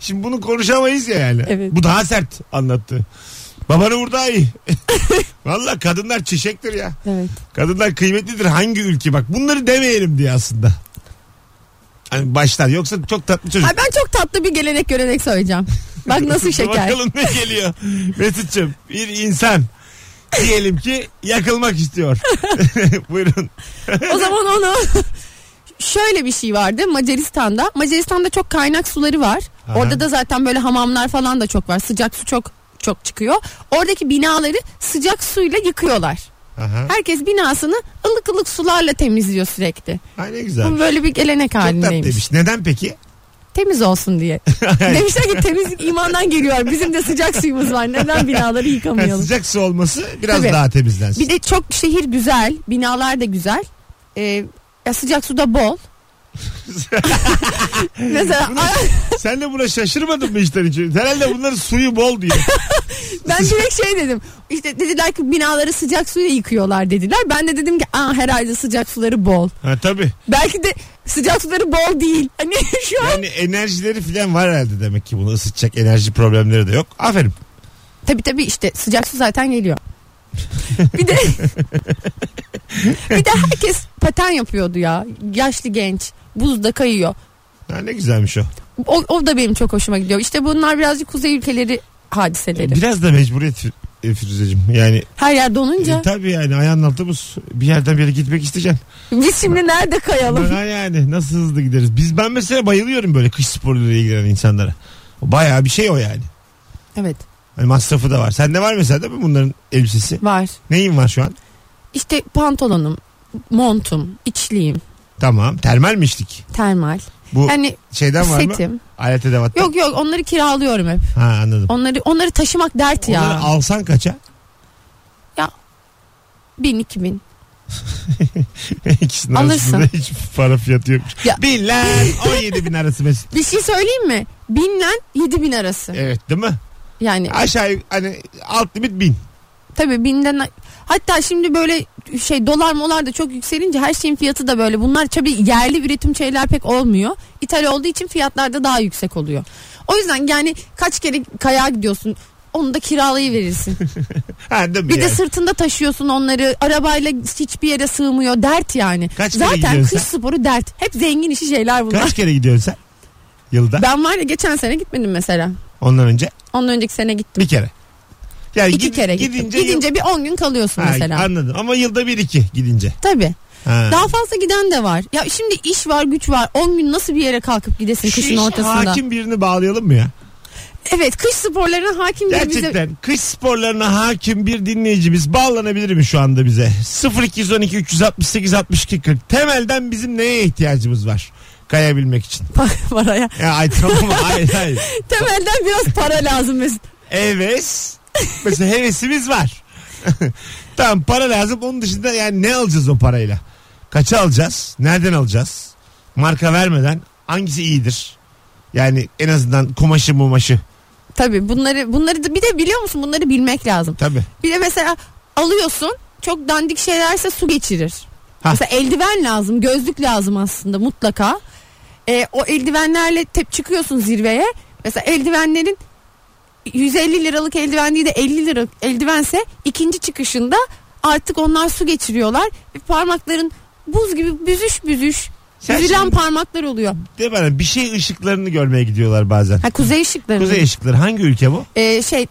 Speaker 2: şimdi bunu konuşamayız ya yani.
Speaker 3: Evet.
Speaker 2: Bu daha sert anlattı. Babanı vur daha iyi. [laughs] Valla kadınlar çiçektir ya.
Speaker 3: evet.
Speaker 2: Kadınlar kıymetlidir hangi ülke bak bunları demeyelim diye aslında. Hani başlar yoksa çok tatlı çocuk.
Speaker 3: Ay ben çok tatlı bir gelenek görenek söyleyeceğim. Bak nasıl şeker.
Speaker 2: [laughs] Bakalım ne geliyor. Mesut'cum bir insan diyelim ki yakılmak istiyor. [laughs] Buyurun.
Speaker 3: O zaman onu [laughs] şöyle bir şey vardı Macaristan'da. Macaristan'da çok kaynak suları var.
Speaker 2: Aha.
Speaker 3: Orada da zaten böyle hamamlar falan da çok var. Sıcak su çok çok çıkıyor. Oradaki binaları sıcak suyla yıkıyorlar.
Speaker 2: Aha.
Speaker 3: Herkes binasını ılık ılık sularla temizliyor sürekli.
Speaker 2: Ay ne
Speaker 3: Bu
Speaker 2: güzel.
Speaker 3: böyle bir gelenek
Speaker 2: Çok
Speaker 3: halindeymiş.
Speaker 2: tatlıymış. Neden peki?
Speaker 3: Temiz
Speaker 2: [laughs]
Speaker 3: olsun diye. Demişler ki temizlik imandan geliyor. Bizim de sıcak suyumuz var. Neden binaları
Speaker 2: Yani
Speaker 3: yıkamayalım?
Speaker 2: sıcak su olması biraz
Speaker 3: Tabii.
Speaker 2: daha temizlensin.
Speaker 3: Bir de çok şehir güzel. Binalar da güzel. Ee, ya sıcak su da bol.
Speaker 2: [laughs]
Speaker 3: Mesela
Speaker 2: Sen de buna şaşırmadın mı işten için? Herhalde bunların suyu bol diye.
Speaker 3: Ben direkt şey dedim. İşte dediler ki binaları sıcak suyla yıkıyorlar dediler. Ben de dedim ki aa herhalde sıcak suları bol.
Speaker 2: Ha tabii.
Speaker 3: Belki de sıcak suları bol değil. Hani [laughs] şu an.
Speaker 2: Yani enerjileri falan var herhalde demek ki bunu ısıtacak enerji problemleri de yok. Aferin.
Speaker 3: Tabii tabii işte sıcak su zaten geliyor. [laughs] bir de [laughs] bir de herkes paten yapıyordu ya. Yaşlı genç buzda kayıyor.
Speaker 2: Ha, ne güzelmiş o.
Speaker 3: O, o da benim çok hoşuma gidiyor. İşte bunlar birazcık kuzey ülkeleri hadiseleri.
Speaker 2: E, Biraz da mecburiyet Fir- e, Firuzeciğim. Yani
Speaker 3: Her yer donunca
Speaker 2: e, tabii yani ayağın altı buz. Bir yerden bir yere gitmek isteyeceksin.
Speaker 3: biz şimdi nerede kayalım?
Speaker 2: Ha yani nasıl hızlı gideriz. Biz ben mesela bayılıyorum böyle kış sporlarıyla ilgilenen insanlara. Bayağı bir şey o yani.
Speaker 3: Evet
Speaker 2: Hani masrafı da var. Sende var mesela değil mi bunların elbisesi?
Speaker 3: var.
Speaker 2: Neyin var şu an?
Speaker 3: İşte pantolonum, montum, içliğim,
Speaker 2: Tamam. Termal mi içtik?
Speaker 3: termal.
Speaker 2: Bu
Speaker 3: Yani
Speaker 2: şeyden var mı?
Speaker 3: setim.
Speaker 2: Alet edevattan.
Speaker 3: Yok yok onları kiralıyorum hep.
Speaker 2: Ha anladım.
Speaker 3: Onları onları taşımak dert ya.
Speaker 2: Onları alsan kaça? [laughs]
Speaker 3: Bin iki bin.
Speaker 2: İkisinin
Speaker 3: Alırsın.
Speaker 2: arasında hiç para fiyatı yokmuş.
Speaker 3: Ya-
Speaker 2: Bin
Speaker 3: [laughs]
Speaker 2: lan 17 bin arası Mesut.
Speaker 3: Bir şey söyleyeyim mi? Binle yedi bin arası.
Speaker 2: Evet değil mi?
Speaker 3: Yani
Speaker 2: Aşağı yuk- hani alt limit bin.
Speaker 3: tabii binden hatta şimdi böyle şey dolar molar da çok yükselince her şeyin fiyatı da böyle. Bunlar tabii yerli üretim şeyler pek olmuyor. İthal olduğu için fiyatlar da daha yüksek oluyor. O yüzden yani kaç kere kayağa gidiyorsun onu
Speaker 2: [laughs]
Speaker 3: da kiralayıverirsin.
Speaker 2: Ha değil mi?
Speaker 3: Bir de
Speaker 2: yani?
Speaker 3: sırtında taşıyorsun onları. Arabayla hiçbir yere sığmıyor. Dert yani.
Speaker 2: Kaç kere
Speaker 3: Zaten
Speaker 2: gidiyorsun
Speaker 3: kış sporu dert. Hep zengin işi şeyler bunlar.
Speaker 2: Kaç kere gidiyorsun sen? Yılda.
Speaker 3: Ben var ya geçen sene gitmedim mesela.
Speaker 2: Ondan önce
Speaker 3: Ondan önceki sene gittim.
Speaker 2: bir kere. Yani
Speaker 3: İki
Speaker 2: gid-
Speaker 3: kere gittim.
Speaker 2: E, Gidince,
Speaker 3: Gidince, bir 10 gün kalıyorsun
Speaker 2: Ha,
Speaker 3: mesela.
Speaker 2: Anladım ama yılda bir iki gidince.
Speaker 3: Tabii.
Speaker 2: Ha.
Speaker 3: Daha fazla giden de var. Ya şimdi iş var, güç var. 10 gün nasıl bir yere kalkıp gidesin
Speaker 2: Şu
Speaker 3: kışın
Speaker 2: işe
Speaker 3: ortasında?
Speaker 2: hakim birini bağlayalım mı ya?
Speaker 3: Evet, kış sporlarına hakim bir bize [laughs]
Speaker 2: Gerçekten kış sporlarına hakim bir dinleyicimiz bağlanabilir mi şu anda bize? 0212 368 62 40. Temelden bizim neye ihtiyacımız var? Kayabilmek için.
Speaker 3: paraya.
Speaker 2: Ya ay tamam hayır hayır.
Speaker 3: Temelden biraz para lazım mesela.
Speaker 2: Heves. Mesela hevesimiz var. [laughs] tamam para lazım. Onun dışında yani ne alacağız o parayla? Kaça alacağız? Nereden alacağız? Marka vermeden hangisi iyidir? Yani en azından kumaşı mumaşı.
Speaker 3: Tabii bunları bunları da bir de biliyor musun bunları bilmek lazım.
Speaker 2: Tabii.
Speaker 3: Bir de mesela alıyorsun çok dandik şeylerse su geçirir.
Speaker 2: Ha.
Speaker 3: Mesela eldiven lazım, gözlük lazım aslında mutlaka. E, Ee, o eldivenlerle tep çıkıyorsun zirveye. Mesela eldivenlerin 150 liralık eldiven değil de 50 lira eldivense ikinci çıkışında artık onlar su geçiriyorlar. Bir Parmakların buz gibi büzüş büzüş
Speaker 2: Sen
Speaker 3: büzülen
Speaker 2: şimdi-
Speaker 3: parmaklar oluyor.
Speaker 2: De bana bir şey ışıklarını görmeye gidiyorlar bazen.
Speaker 3: Ha, kuzey ışıkları.
Speaker 2: Kuzey ışıkları hangi ülke bu?
Speaker 3: Ee, şey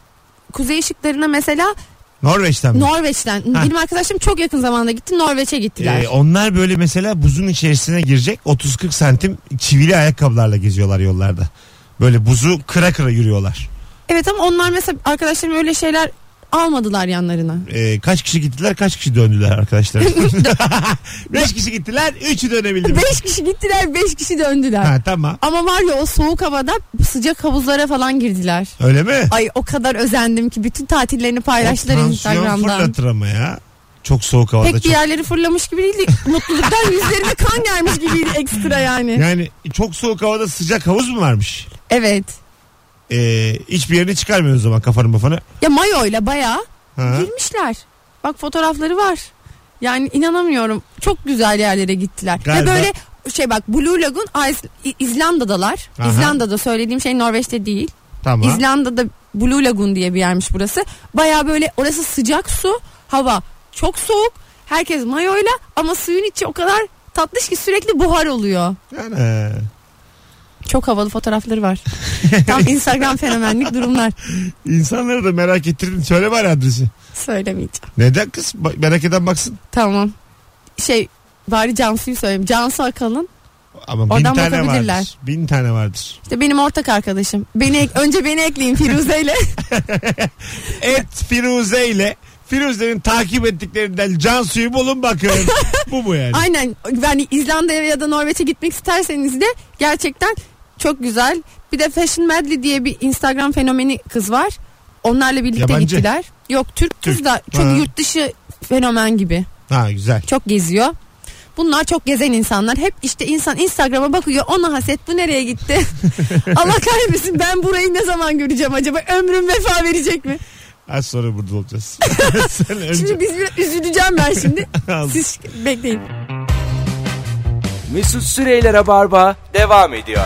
Speaker 3: kuzey ışıklarına mesela
Speaker 2: Norveç'ten mi?
Speaker 3: Norveç'ten
Speaker 2: Ha.
Speaker 3: benim arkadaşım çok yakın zamanda gitti Norveç'e gittiler.
Speaker 2: Ee, onlar böyle mesela buzun içerisine girecek 30-40 santim çivili ayakkabılarla geziyorlar yollarda. Böyle buzu kıra kıra yürüyorlar.
Speaker 3: evet ama onlar mesela arkadaşlarım öyle şeyler almadılar yanlarına. [laughs]
Speaker 2: Ee, kaç kişi gittiler kaç kişi döndüler arkadaşlar? [laughs] 5 kişi gittiler 3'ü dönebildi.
Speaker 3: Beş kişi gittiler beş kişi döndüler.
Speaker 2: ha, tamam.
Speaker 3: Ama var ya o soğuk havada sıcak havuzlara falan girdiler.
Speaker 2: Öyle mi?
Speaker 3: Ay o kadar özendim ki bütün tatillerini paylaştılar
Speaker 2: O tansiyon
Speaker 3: Instagram'dan.
Speaker 2: fırlatır ama ya. Çok soğuk havada.
Speaker 3: Pek bir
Speaker 2: çok...
Speaker 3: yerleri fırlamış gibi değildi. Mutluluktan yüzlerine kan gelmiş gibiydi ekstra yani.
Speaker 2: Yani çok soğuk havada sıcak havuz mu varmış?
Speaker 3: Evet.
Speaker 2: Ee, hiçbir yerini çıkarmıyorsun o zaman kafanı bafanı.
Speaker 3: Ya mayoyla bayağı
Speaker 2: Ha.
Speaker 3: girmişler. Bak fotoğrafları var. Yani inanamıyorum. Çok güzel yerlere gittiler.
Speaker 2: Galiba-
Speaker 3: Ve böyle şey bak Blue Lagoon Is- İ- İzlanda'dalar.
Speaker 2: Aha.
Speaker 3: İzlanda'da söylediğim şey Norveç'te değil.
Speaker 2: Tamam.
Speaker 3: İzlanda'da Blue Lagoon diye bir yermiş burası. Baya böyle orası sıcak su, hava çok soğuk. Herkes mayoyla ama suyun içi o kadar tatlış ki sürekli buhar oluyor.
Speaker 2: Ana.
Speaker 3: Çok havalı
Speaker 2: [laughs]
Speaker 3: fotoğrafları var. Tam Instagram fenomenlik durumlar.
Speaker 2: İnsanları da merak ettirdin. Söyle bari adresi.
Speaker 3: Söylemeyeceğim.
Speaker 2: Neden kız? Ba- merak eden baksın.
Speaker 3: Tamam. Şey bari Cansu'yu söyleyeyim. Cansu Akalın.
Speaker 2: Ama bin
Speaker 3: Oradan
Speaker 2: tane
Speaker 3: bakabilirler.
Speaker 2: vardır. Bin tane vardır.
Speaker 3: İşte benim ortak arkadaşım. Beni ek- önce beni ekleyin
Speaker 2: [laughs]
Speaker 3: Firuze ile. [laughs]
Speaker 2: Et Firuze ile Firuze'nin takip ettiklerinden can suyu bulun bakın.
Speaker 3: [laughs]
Speaker 2: Bu mu yani?
Speaker 3: Aynen. Yani İzlanda'ya ya da Norveç'e gitmek isterseniz de gerçekten çok güzel. Bir de Fashion Medley diye bir Instagram fenomeni kız var. Onlarla birlikte
Speaker 2: Yabancı.
Speaker 3: gittiler. Yok Türk,
Speaker 2: Türk.
Speaker 3: kız da çok
Speaker 2: Ha.
Speaker 3: yurt dışı fenomen gibi.
Speaker 2: Ha güzel.
Speaker 3: Çok geziyor. Bunlar çok gezen insanlar. Hep işte insan Instagram'a bakıyor. Ona haset bu nereye
Speaker 2: [laughs]
Speaker 3: gitti? Allah kahretmesin ben burayı ne zaman göreceğim acaba? Ömrüm vefa verecek mi?
Speaker 2: Az sonra burada olacağız. [laughs] Sen önce...
Speaker 3: Şimdi biz bir üzüleceğim ben
Speaker 2: [laughs]
Speaker 3: şimdi.
Speaker 2: Al.
Speaker 3: Siz bekleyin.
Speaker 1: Mesut Süreyler'e barba devam ediyor.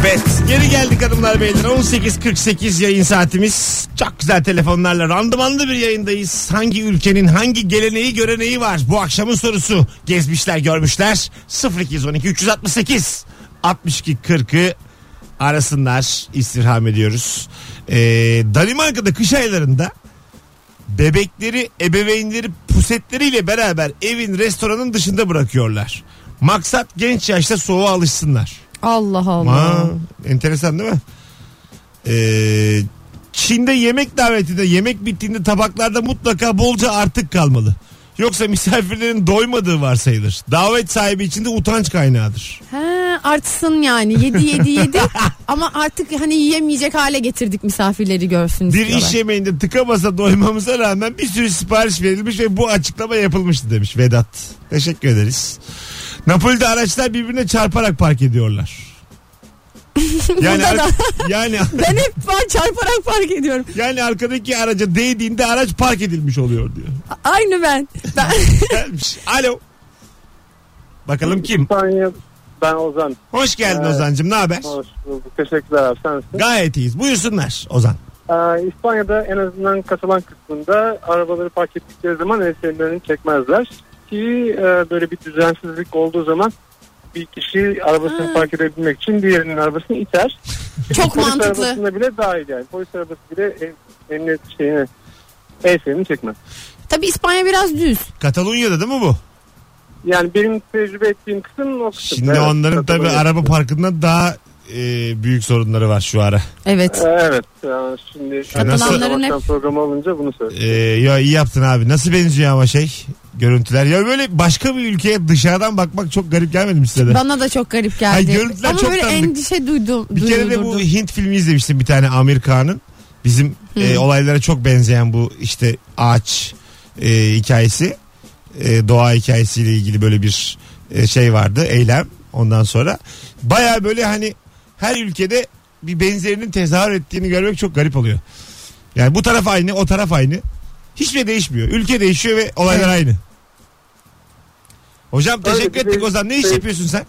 Speaker 2: Evet. Geri geldik hanımlar beyler. 18.48 yayın saatimiz. Çok güzel telefonlarla randımanlı bir yayındayız. Hangi ülkenin hangi geleneği göreneği var? Bu akşamın sorusu. Gezmişler görmüşler. 0212 368 62 40'ı arasınlar. İstirham ediyoruz. Ee, Danimarka'da kış aylarında bebekleri, ebeveynleri pusetleriyle beraber evin restoranın dışında bırakıyorlar. Maksat genç yaşta soğuğa alışsınlar.
Speaker 3: Allah
Speaker 2: Aa,
Speaker 3: Allah.
Speaker 2: enteresan değil mi? Ee, Çin'de yemek davetinde yemek bittiğinde tabaklarda mutlaka bolca artık kalmalı. Yoksa misafirlerin doymadığı varsayılır. Davet sahibi için de utanç kaynağıdır.
Speaker 3: He, artsın yani. Yedi
Speaker 2: [laughs]
Speaker 3: yedi yedi. Ama artık hani yiyemeyecek hale getirdik misafirleri görsün
Speaker 2: Bir
Speaker 3: istiyorlar.
Speaker 2: iş
Speaker 3: [laughs]
Speaker 2: yemeğinde tıka masa doymamıza rağmen bir sürü sipariş verilmiş ve bu açıklama yapılmıştı demiş Vedat. Teşekkür ederiz. Napoli'de araçlar birbirine çarparak park ediyorlar. Yani,
Speaker 3: [laughs] Burada da-
Speaker 2: yani
Speaker 3: [laughs] Ben hep ben çarparak fark ediyorum.
Speaker 2: yani arkadaki araca değdiğinde araç park edilmiş oluyor diyor.
Speaker 3: A- Aynı ben. [laughs] ben
Speaker 2: Gelmiş. Alo. Bakalım kim?
Speaker 8: saniye ben Ozan.
Speaker 2: Hoş geldin
Speaker 8: Evet.
Speaker 2: Ozan'cım. Ne haber?
Speaker 8: Hoş bulduk. Teşekkürler abi sensin.
Speaker 2: Gayet iyiyiz. Buyursunlar Ozan.
Speaker 8: Ee, İspanya'da en azından katılan kısmında arabaları park ettikleri zaman el frenlerini çekmezler. Ki e, böyle bir düzensizlik olduğu zaman bir kişi arabasını
Speaker 3: Ha.
Speaker 8: park edebilmek için diğerinin arabasını iter.
Speaker 3: Çok
Speaker 8: Polis
Speaker 3: mantıklı.
Speaker 8: arabasında bile dahil yani. Polis arabası bile el, emniyet şeyini el frenini çekmez.
Speaker 3: Tabi İspanya biraz düz.
Speaker 2: Katalonya'da değil mi bu?
Speaker 8: Yani benim tecrübe ettiğim kısım o kısım.
Speaker 2: Şimdi
Speaker 8: Evet,
Speaker 2: onların tabii
Speaker 8: katılıyorum.
Speaker 2: araba parkında daha e, büyük sorunları var şu ara.
Speaker 3: Evet.
Speaker 8: Ee, Evet. yani Şimdi
Speaker 3: Katılanların
Speaker 8: akşam
Speaker 3: hep-
Speaker 8: programı olunca bunu söyleyeyim.
Speaker 2: E, ya iyi yaptın abi. Nasıl benziyor ama şey görüntüler. Ya böyle başka bir ülkeye dışarıdan bakmak çok garip gelmedi mi size de?
Speaker 3: Bana da çok garip geldi.
Speaker 2: Ay, görüntüler
Speaker 3: Ama
Speaker 2: çok
Speaker 3: böyle
Speaker 2: tanıdık.
Speaker 3: endişe duydum.
Speaker 2: Bir kere de bu
Speaker 3: duyulurdu.
Speaker 2: Hint filmi izlemiştim bir tane Amir Kağan'ın. Bizim e, olaylara çok benzeyen bu işte ağaç e, hikayesi. E, doğa hikayesiyle ilgili böyle bir e, şey vardı eylem ondan sonra. Baya böyle hani her ülkede bir benzerinin tezahür ettiğini görmek çok garip oluyor. Yani bu taraf aynı o taraf aynı. Hiçbir şey değişmiyor. Ülke değişiyor ve olaylar aynı. Hocam
Speaker 8: Öyle
Speaker 2: teşekkür
Speaker 8: bir
Speaker 2: ettik
Speaker 8: de-
Speaker 2: Ozan. Ne iş
Speaker 8: şey-
Speaker 2: yapıyorsun sen?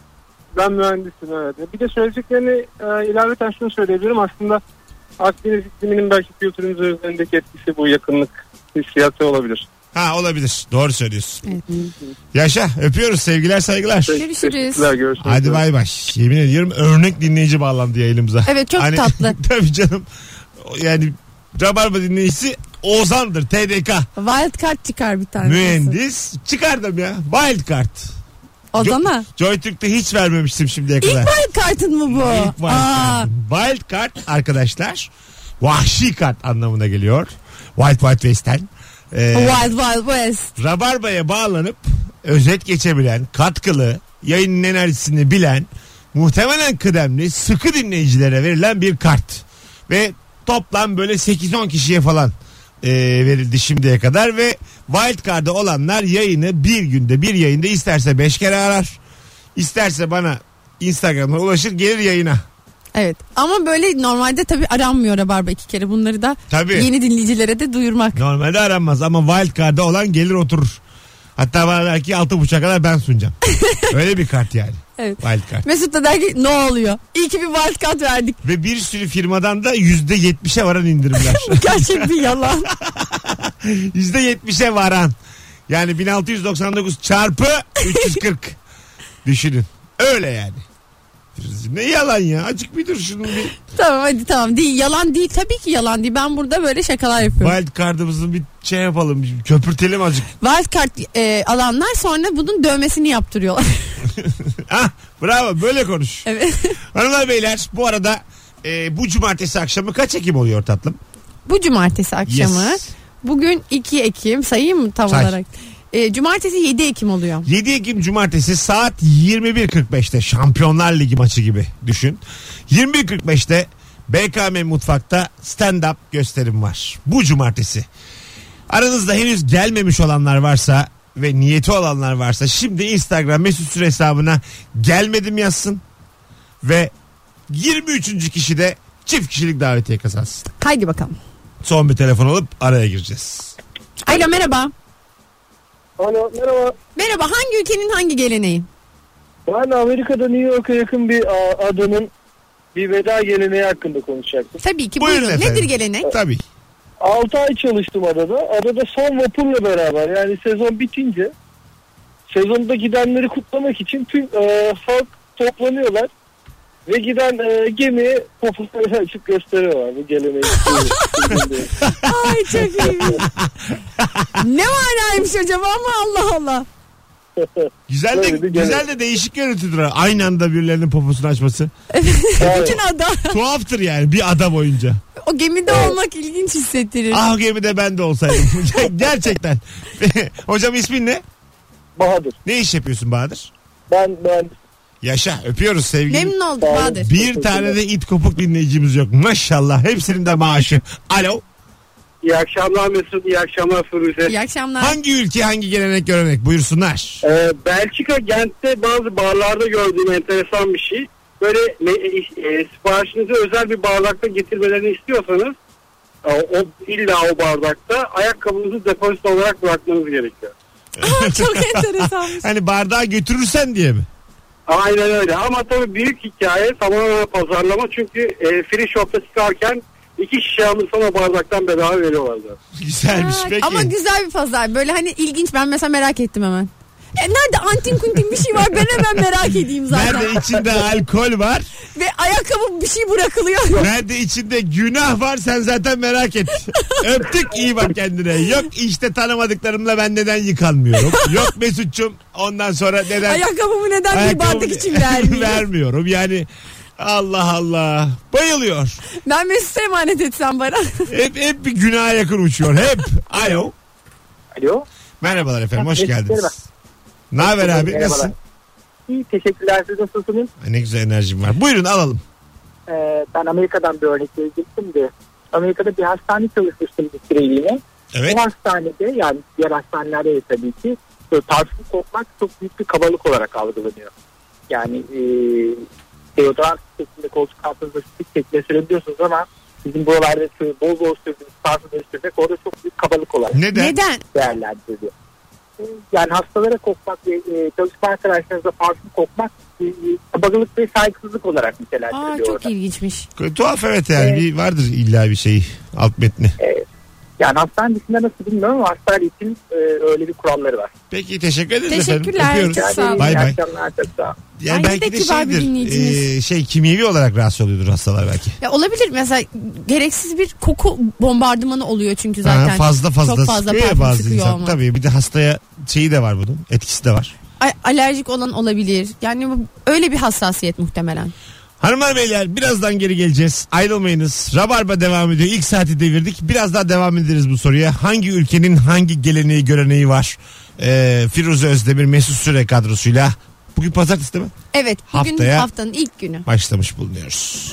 Speaker 8: Ben mühendisim evet. Bir de söyleyeceklerini e, ilaveten şunu söyleyebilirim. Aslında Akdeniz ikliminin belki kültürümüz üzerindeki etkisi bu yakınlık hissiyatı olabilir.
Speaker 2: Ha olabilir. Doğru söylüyorsun.
Speaker 3: Evet.
Speaker 2: Yaşa öpüyoruz sevgiler saygılar.
Speaker 3: Görüşürüz.
Speaker 8: Teşekkürler, görüşmek
Speaker 2: Hadi
Speaker 8: üzere.
Speaker 2: bay bay. Yemin ediyorum örnek dinleyici bağlandı yayınımıza. Hani
Speaker 3: Evet, çok tatlı.
Speaker 2: [laughs] tabii canım. Yani Rabarba dinleyicisi Ozan'dır TDK.
Speaker 3: Wild card çıkar bir tane.
Speaker 2: Mühendis. Çıkardım ya. Wild card.
Speaker 3: O
Speaker 2: Jo-
Speaker 3: zaman.
Speaker 2: Joytürk'te hiç vermemiştim şimdiye
Speaker 3: İlk
Speaker 2: kadar.
Speaker 3: wild card'ın mı bu?
Speaker 2: İlk wild
Speaker 3: Aa,
Speaker 2: card. Wild card arkadaşlar vahşi kart anlamına geliyor. Wild Wild West'ten. Ee,
Speaker 3: Wild Wild West.
Speaker 2: Rabarba'ya bağlanıp özet geçebilen, katkılı, yayının enerjisini bilen, muhtemelen kıdemli, sıkı dinleyicilere verilen bir kart. Ve toplam böyle 8-10 kişiye falan e, verildi şimdiye kadar ve wild card'ı olanlar yayını bir günde bir yayında isterse 5 kere arar. isterse bana Instagram'a ulaşır gelir yayına.
Speaker 3: Evet. Ama böyle normalde tabii aranmıyor Rabarba iki kere. Bunları da
Speaker 2: Tabii.
Speaker 3: yeni dinleyicilere de duyurmak.
Speaker 2: Normalde aranmaz ama wild card'da olan gelir oturur. Hatta bana der ki 6.30'a kadar ben sunacağım. Öyle bir kart yani.
Speaker 3: Evet.
Speaker 2: Wild card.
Speaker 3: Mesut da der ki ne oluyor? İyi ki bir wild card verdik. [laughs]
Speaker 2: Ve bir sürü firmadan da %70'e varan
Speaker 3: [laughs]
Speaker 2: indirimler.
Speaker 3: Gerçek
Speaker 2: [laughs]
Speaker 3: bir yalan.
Speaker 2: %70'e varan. Yani 1699 çarpı 340. Düşünün. Öyle yani. Ne yalan ya. Acık bir dur şunu bir.
Speaker 3: tamam hadi tamam. Değil, yalan değil. Tabii ki yalan değil. Ben burada böyle şakalar yapıyorum.
Speaker 2: Wild card'ımızın bir şey yapalım. Köpürtelim azıcık.
Speaker 3: Wild card e, alanlar sonra bunun dövmesini yaptırıyorlar. [laughs]
Speaker 2: Ah bravo böyle konuş.
Speaker 3: evet.
Speaker 2: Hanımlar beyler bu arada e, bu cumartesi akşamı kaç Ekim oluyor tatlım?
Speaker 3: Bu cumartesi akşamı.
Speaker 2: Yes.
Speaker 3: Bugün 2 Ekim sayayım mı tam
Speaker 2: Say.
Speaker 3: olarak? E, cumartesi 7 Ekim oluyor.
Speaker 2: 7 Ekim Cumartesi saat 21.45'te Şampiyonlar Ligi maçı gibi düşün. 21.45'te BKM Mutfak'ta stand-up gösterim var. Bu cumartesi. Aranızda henüz gelmemiş olanlar varsa ve niyeti olanlar varsa şimdi Instagram mesut süre hesabına gelmedim yazsın ve 23. kişi de çift kişilik davetiye kazansın.
Speaker 3: Haydi bakalım.
Speaker 2: Son bir telefon alıp araya gireceğiz.
Speaker 3: Alo merhaba.
Speaker 8: Alo merhaba.
Speaker 3: Merhaba hangi ülkenin hangi geleneği?
Speaker 8: Ben Amerika'da New York'a yakın bir a, adanın bir veda geleneği hakkında konuşacaktım.
Speaker 3: Tabii ki
Speaker 2: Buyurun
Speaker 3: buyurun.
Speaker 2: efendim.
Speaker 3: Nedir gelenek?
Speaker 2: Tabii.
Speaker 8: 6 ay çalıştım adada. Adada son vapurla beraber yani sezon bitince sezonda gidenleri kutlamak için tüm e, halk toplanıyorlar. Ve giden e, gemiye popolarını açıp gösteriyorlar bu [laughs] geleneği.
Speaker 3: [laughs] Ay çok iyi. ne manaymış acaba ama Allah Allah.
Speaker 2: Güzel de,
Speaker 8: Böyle bir gene-
Speaker 2: güzel de değişik görüntüdür. ha. Aynı anda birilerinin poposunu açması.
Speaker 3: Bütün ada.
Speaker 2: Tuhaftır yani bir adam oyunca.
Speaker 3: O gemide olmak ilginç hissettirir.
Speaker 2: Ah gemide ben de olsaydım. [laughs] Ger- Gerçekten. [laughs] Hocam ismin ne?
Speaker 8: Bahadır.
Speaker 2: Ne iş yapıyorsun Bahadır?
Speaker 8: Ben ben
Speaker 2: Yaşa öpüyoruz sevgili.
Speaker 3: Memnun olduk Bahadır.
Speaker 2: Bir tane de it kopuk dinleyicimiz yok. Maşallah hepsinin de maaşı. Alo.
Speaker 9: İyi akşamlar Mesut, iyi akşamlar Firuze.
Speaker 3: İyi akşamlar.
Speaker 2: Hangi ülke hangi gelenek görenek buyursunlar.
Speaker 9: Ee, Belçika Gent'te bazı barlarda gördüğüm enteresan bir şey. Böyle me- e, e, siparişinizi özel bir bardakta getirmelerini istiyorsanız e, o illa o bardakta ayakkabınızı depozito olarak bırakmanız gerekiyor.
Speaker 3: Aa, çok
Speaker 2: [laughs]
Speaker 3: enteresanmış.
Speaker 2: Hani bardağı götürürsen diye mi?
Speaker 9: Aynen öyle ama tabii büyük hikaye tamamen pazarlama çünkü e, free shop'ta çıkarken iki şişe sana bardaktan bedava veriyorlardı.
Speaker 2: Güzelmiş
Speaker 3: Ay,
Speaker 2: peki.
Speaker 3: Ama güzel bir pazar. Böyle hani ilginç. Ben mesela merak ettim hemen. E, nerede antin kuntin bir şey var ben hemen merak edeyim zaten.
Speaker 2: Nerede içinde alkol var?
Speaker 3: Ve ayakkabı bir şey bırakılıyor.
Speaker 2: Nerede içinde günah var sen zaten merak et. Öptük iyi bak kendine. Yok işte tanımadıklarımla ben neden yıkanmıyorum. Yok Mesut'cum ondan sonra neden...
Speaker 3: Ayakkabımı neden bir
Speaker 2: ayakkabımı-
Speaker 3: bardak için
Speaker 2: [laughs]
Speaker 3: vermiyor?
Speaker 2: vermiyorum yani. Allah Allah. Bayılıyor.
Speaker 3: ben Mesut'a emanet etsem bana.
Speaker 2: Hep, hep bir günaha yakın uçuyor. Hep. Alo.
Speaker 9: Alo.
Speaker 2: Merhabalar efendim hoş
Speaker 9: Mesut, merhaba.
Speaker 2: geldiniz. Ne haber abi?
Speaker 9: Merhabalar.
Speaker 2: Nasılsın?
Speaker 9: İyi teşekkürler siz nasılsınız?
Speaker 2: Ay, Ne güzel enerjim var. Buyurun alalım.
Speaker 9: Ee, ben Amerika'dan bir örnek verecektim de Amerika'da bir hastane çalışmıştım bir süreliğine.
Speaker 2: Evet.
Speaker 9: Bu hastanede yani diğer hastanelerde de tabii ki böyle parfüm kokmak çok büyük bir kabalık olarak algılanıyor. Yani e, deodorant şeklinde koltuk altınızda stik şeklinde sürebiliyorsunuz ama bizim buralarda şöyle bol bol sürdüğünüz parfümleri sürmek orada çok büyük kabalık olarak
Speaker 2: Neden?
Speaker 3: Neden?
Speaker 9: değerlendiriliyor. E, yani hastalara kokmak ve e, çalışma arkadaşlarınıza parfüm kokmak e, e, kabagılık ve saygısızlık olarak
Speaker 3: Aa,
Speaker 9: nitelendiriliyor.
Speaker 3: çok ilginçmiş.
Speaker 2: Tuhaf evet yani bir vardır illa bir şey alt metni.
Speaker 9: Yani hastane dışında nasıl bilmiyorum ama hastane için e, öyle bir kuralları var.
Speaker 2: Peki teşekkür ederiz
Speaker 3: Teşekkürler,
Speaker 2: efendim.
Speaker 3: çok sağ olun.
Speaker 2: Bay bay.
Speaker 9: akşamlar. Çok sağ olun.
Speaker 2: Yani
Speaker 3: Ay,
Speaker 2: belki
Speaker 3: ne
Speaker 2: de
Speaker 3: kibar bir
Speaker 2: şeydir
Speaker 3: dinleyiciniz.
Speaker 2: e, şey kimyevi olarak rahatsız oluyordur hastalar belki.
Speaker 3: Ya olabilir mesela gereksiz bir koku bombardımanı oluyor çünkü zaten.
Speaker 2: Ha, fazla fazla
Speaker 3: çok fazla
Speaker 2: sıkıyor ya
Speaker 3: parfüm
Speaker 2: bazı
Speaker 3: sıkıyor
Speaker 2: insan.
Speaker 3: olmak.
Speaker 2: Tabii bir de hastaya şeyi de var bunun etkisi de var.
Speaker 3: A- alerjik olan olabilir. Yani bu- öyle bir hassasiyet muhtemelen.
Speaker 2: Hanımlar beyler birazdan geri geleceğiz. Ayrılmayınız. Rabarba devam ediyor. İlk saati devirdik. Biraz daha devam ederiz bu soruya. Hangi ülkenin hangi geleneği göreneği var? Ee, Firuze Özdemir Mesut Süre kadrosuyla. Bugün pazartesi değil mi?
Speaker 3: Evet bugün
Speaker 2: Haftaya-
Speaker 3: haftanın ilk günü.
Speaker 2: Başlamış bulunuyoruz.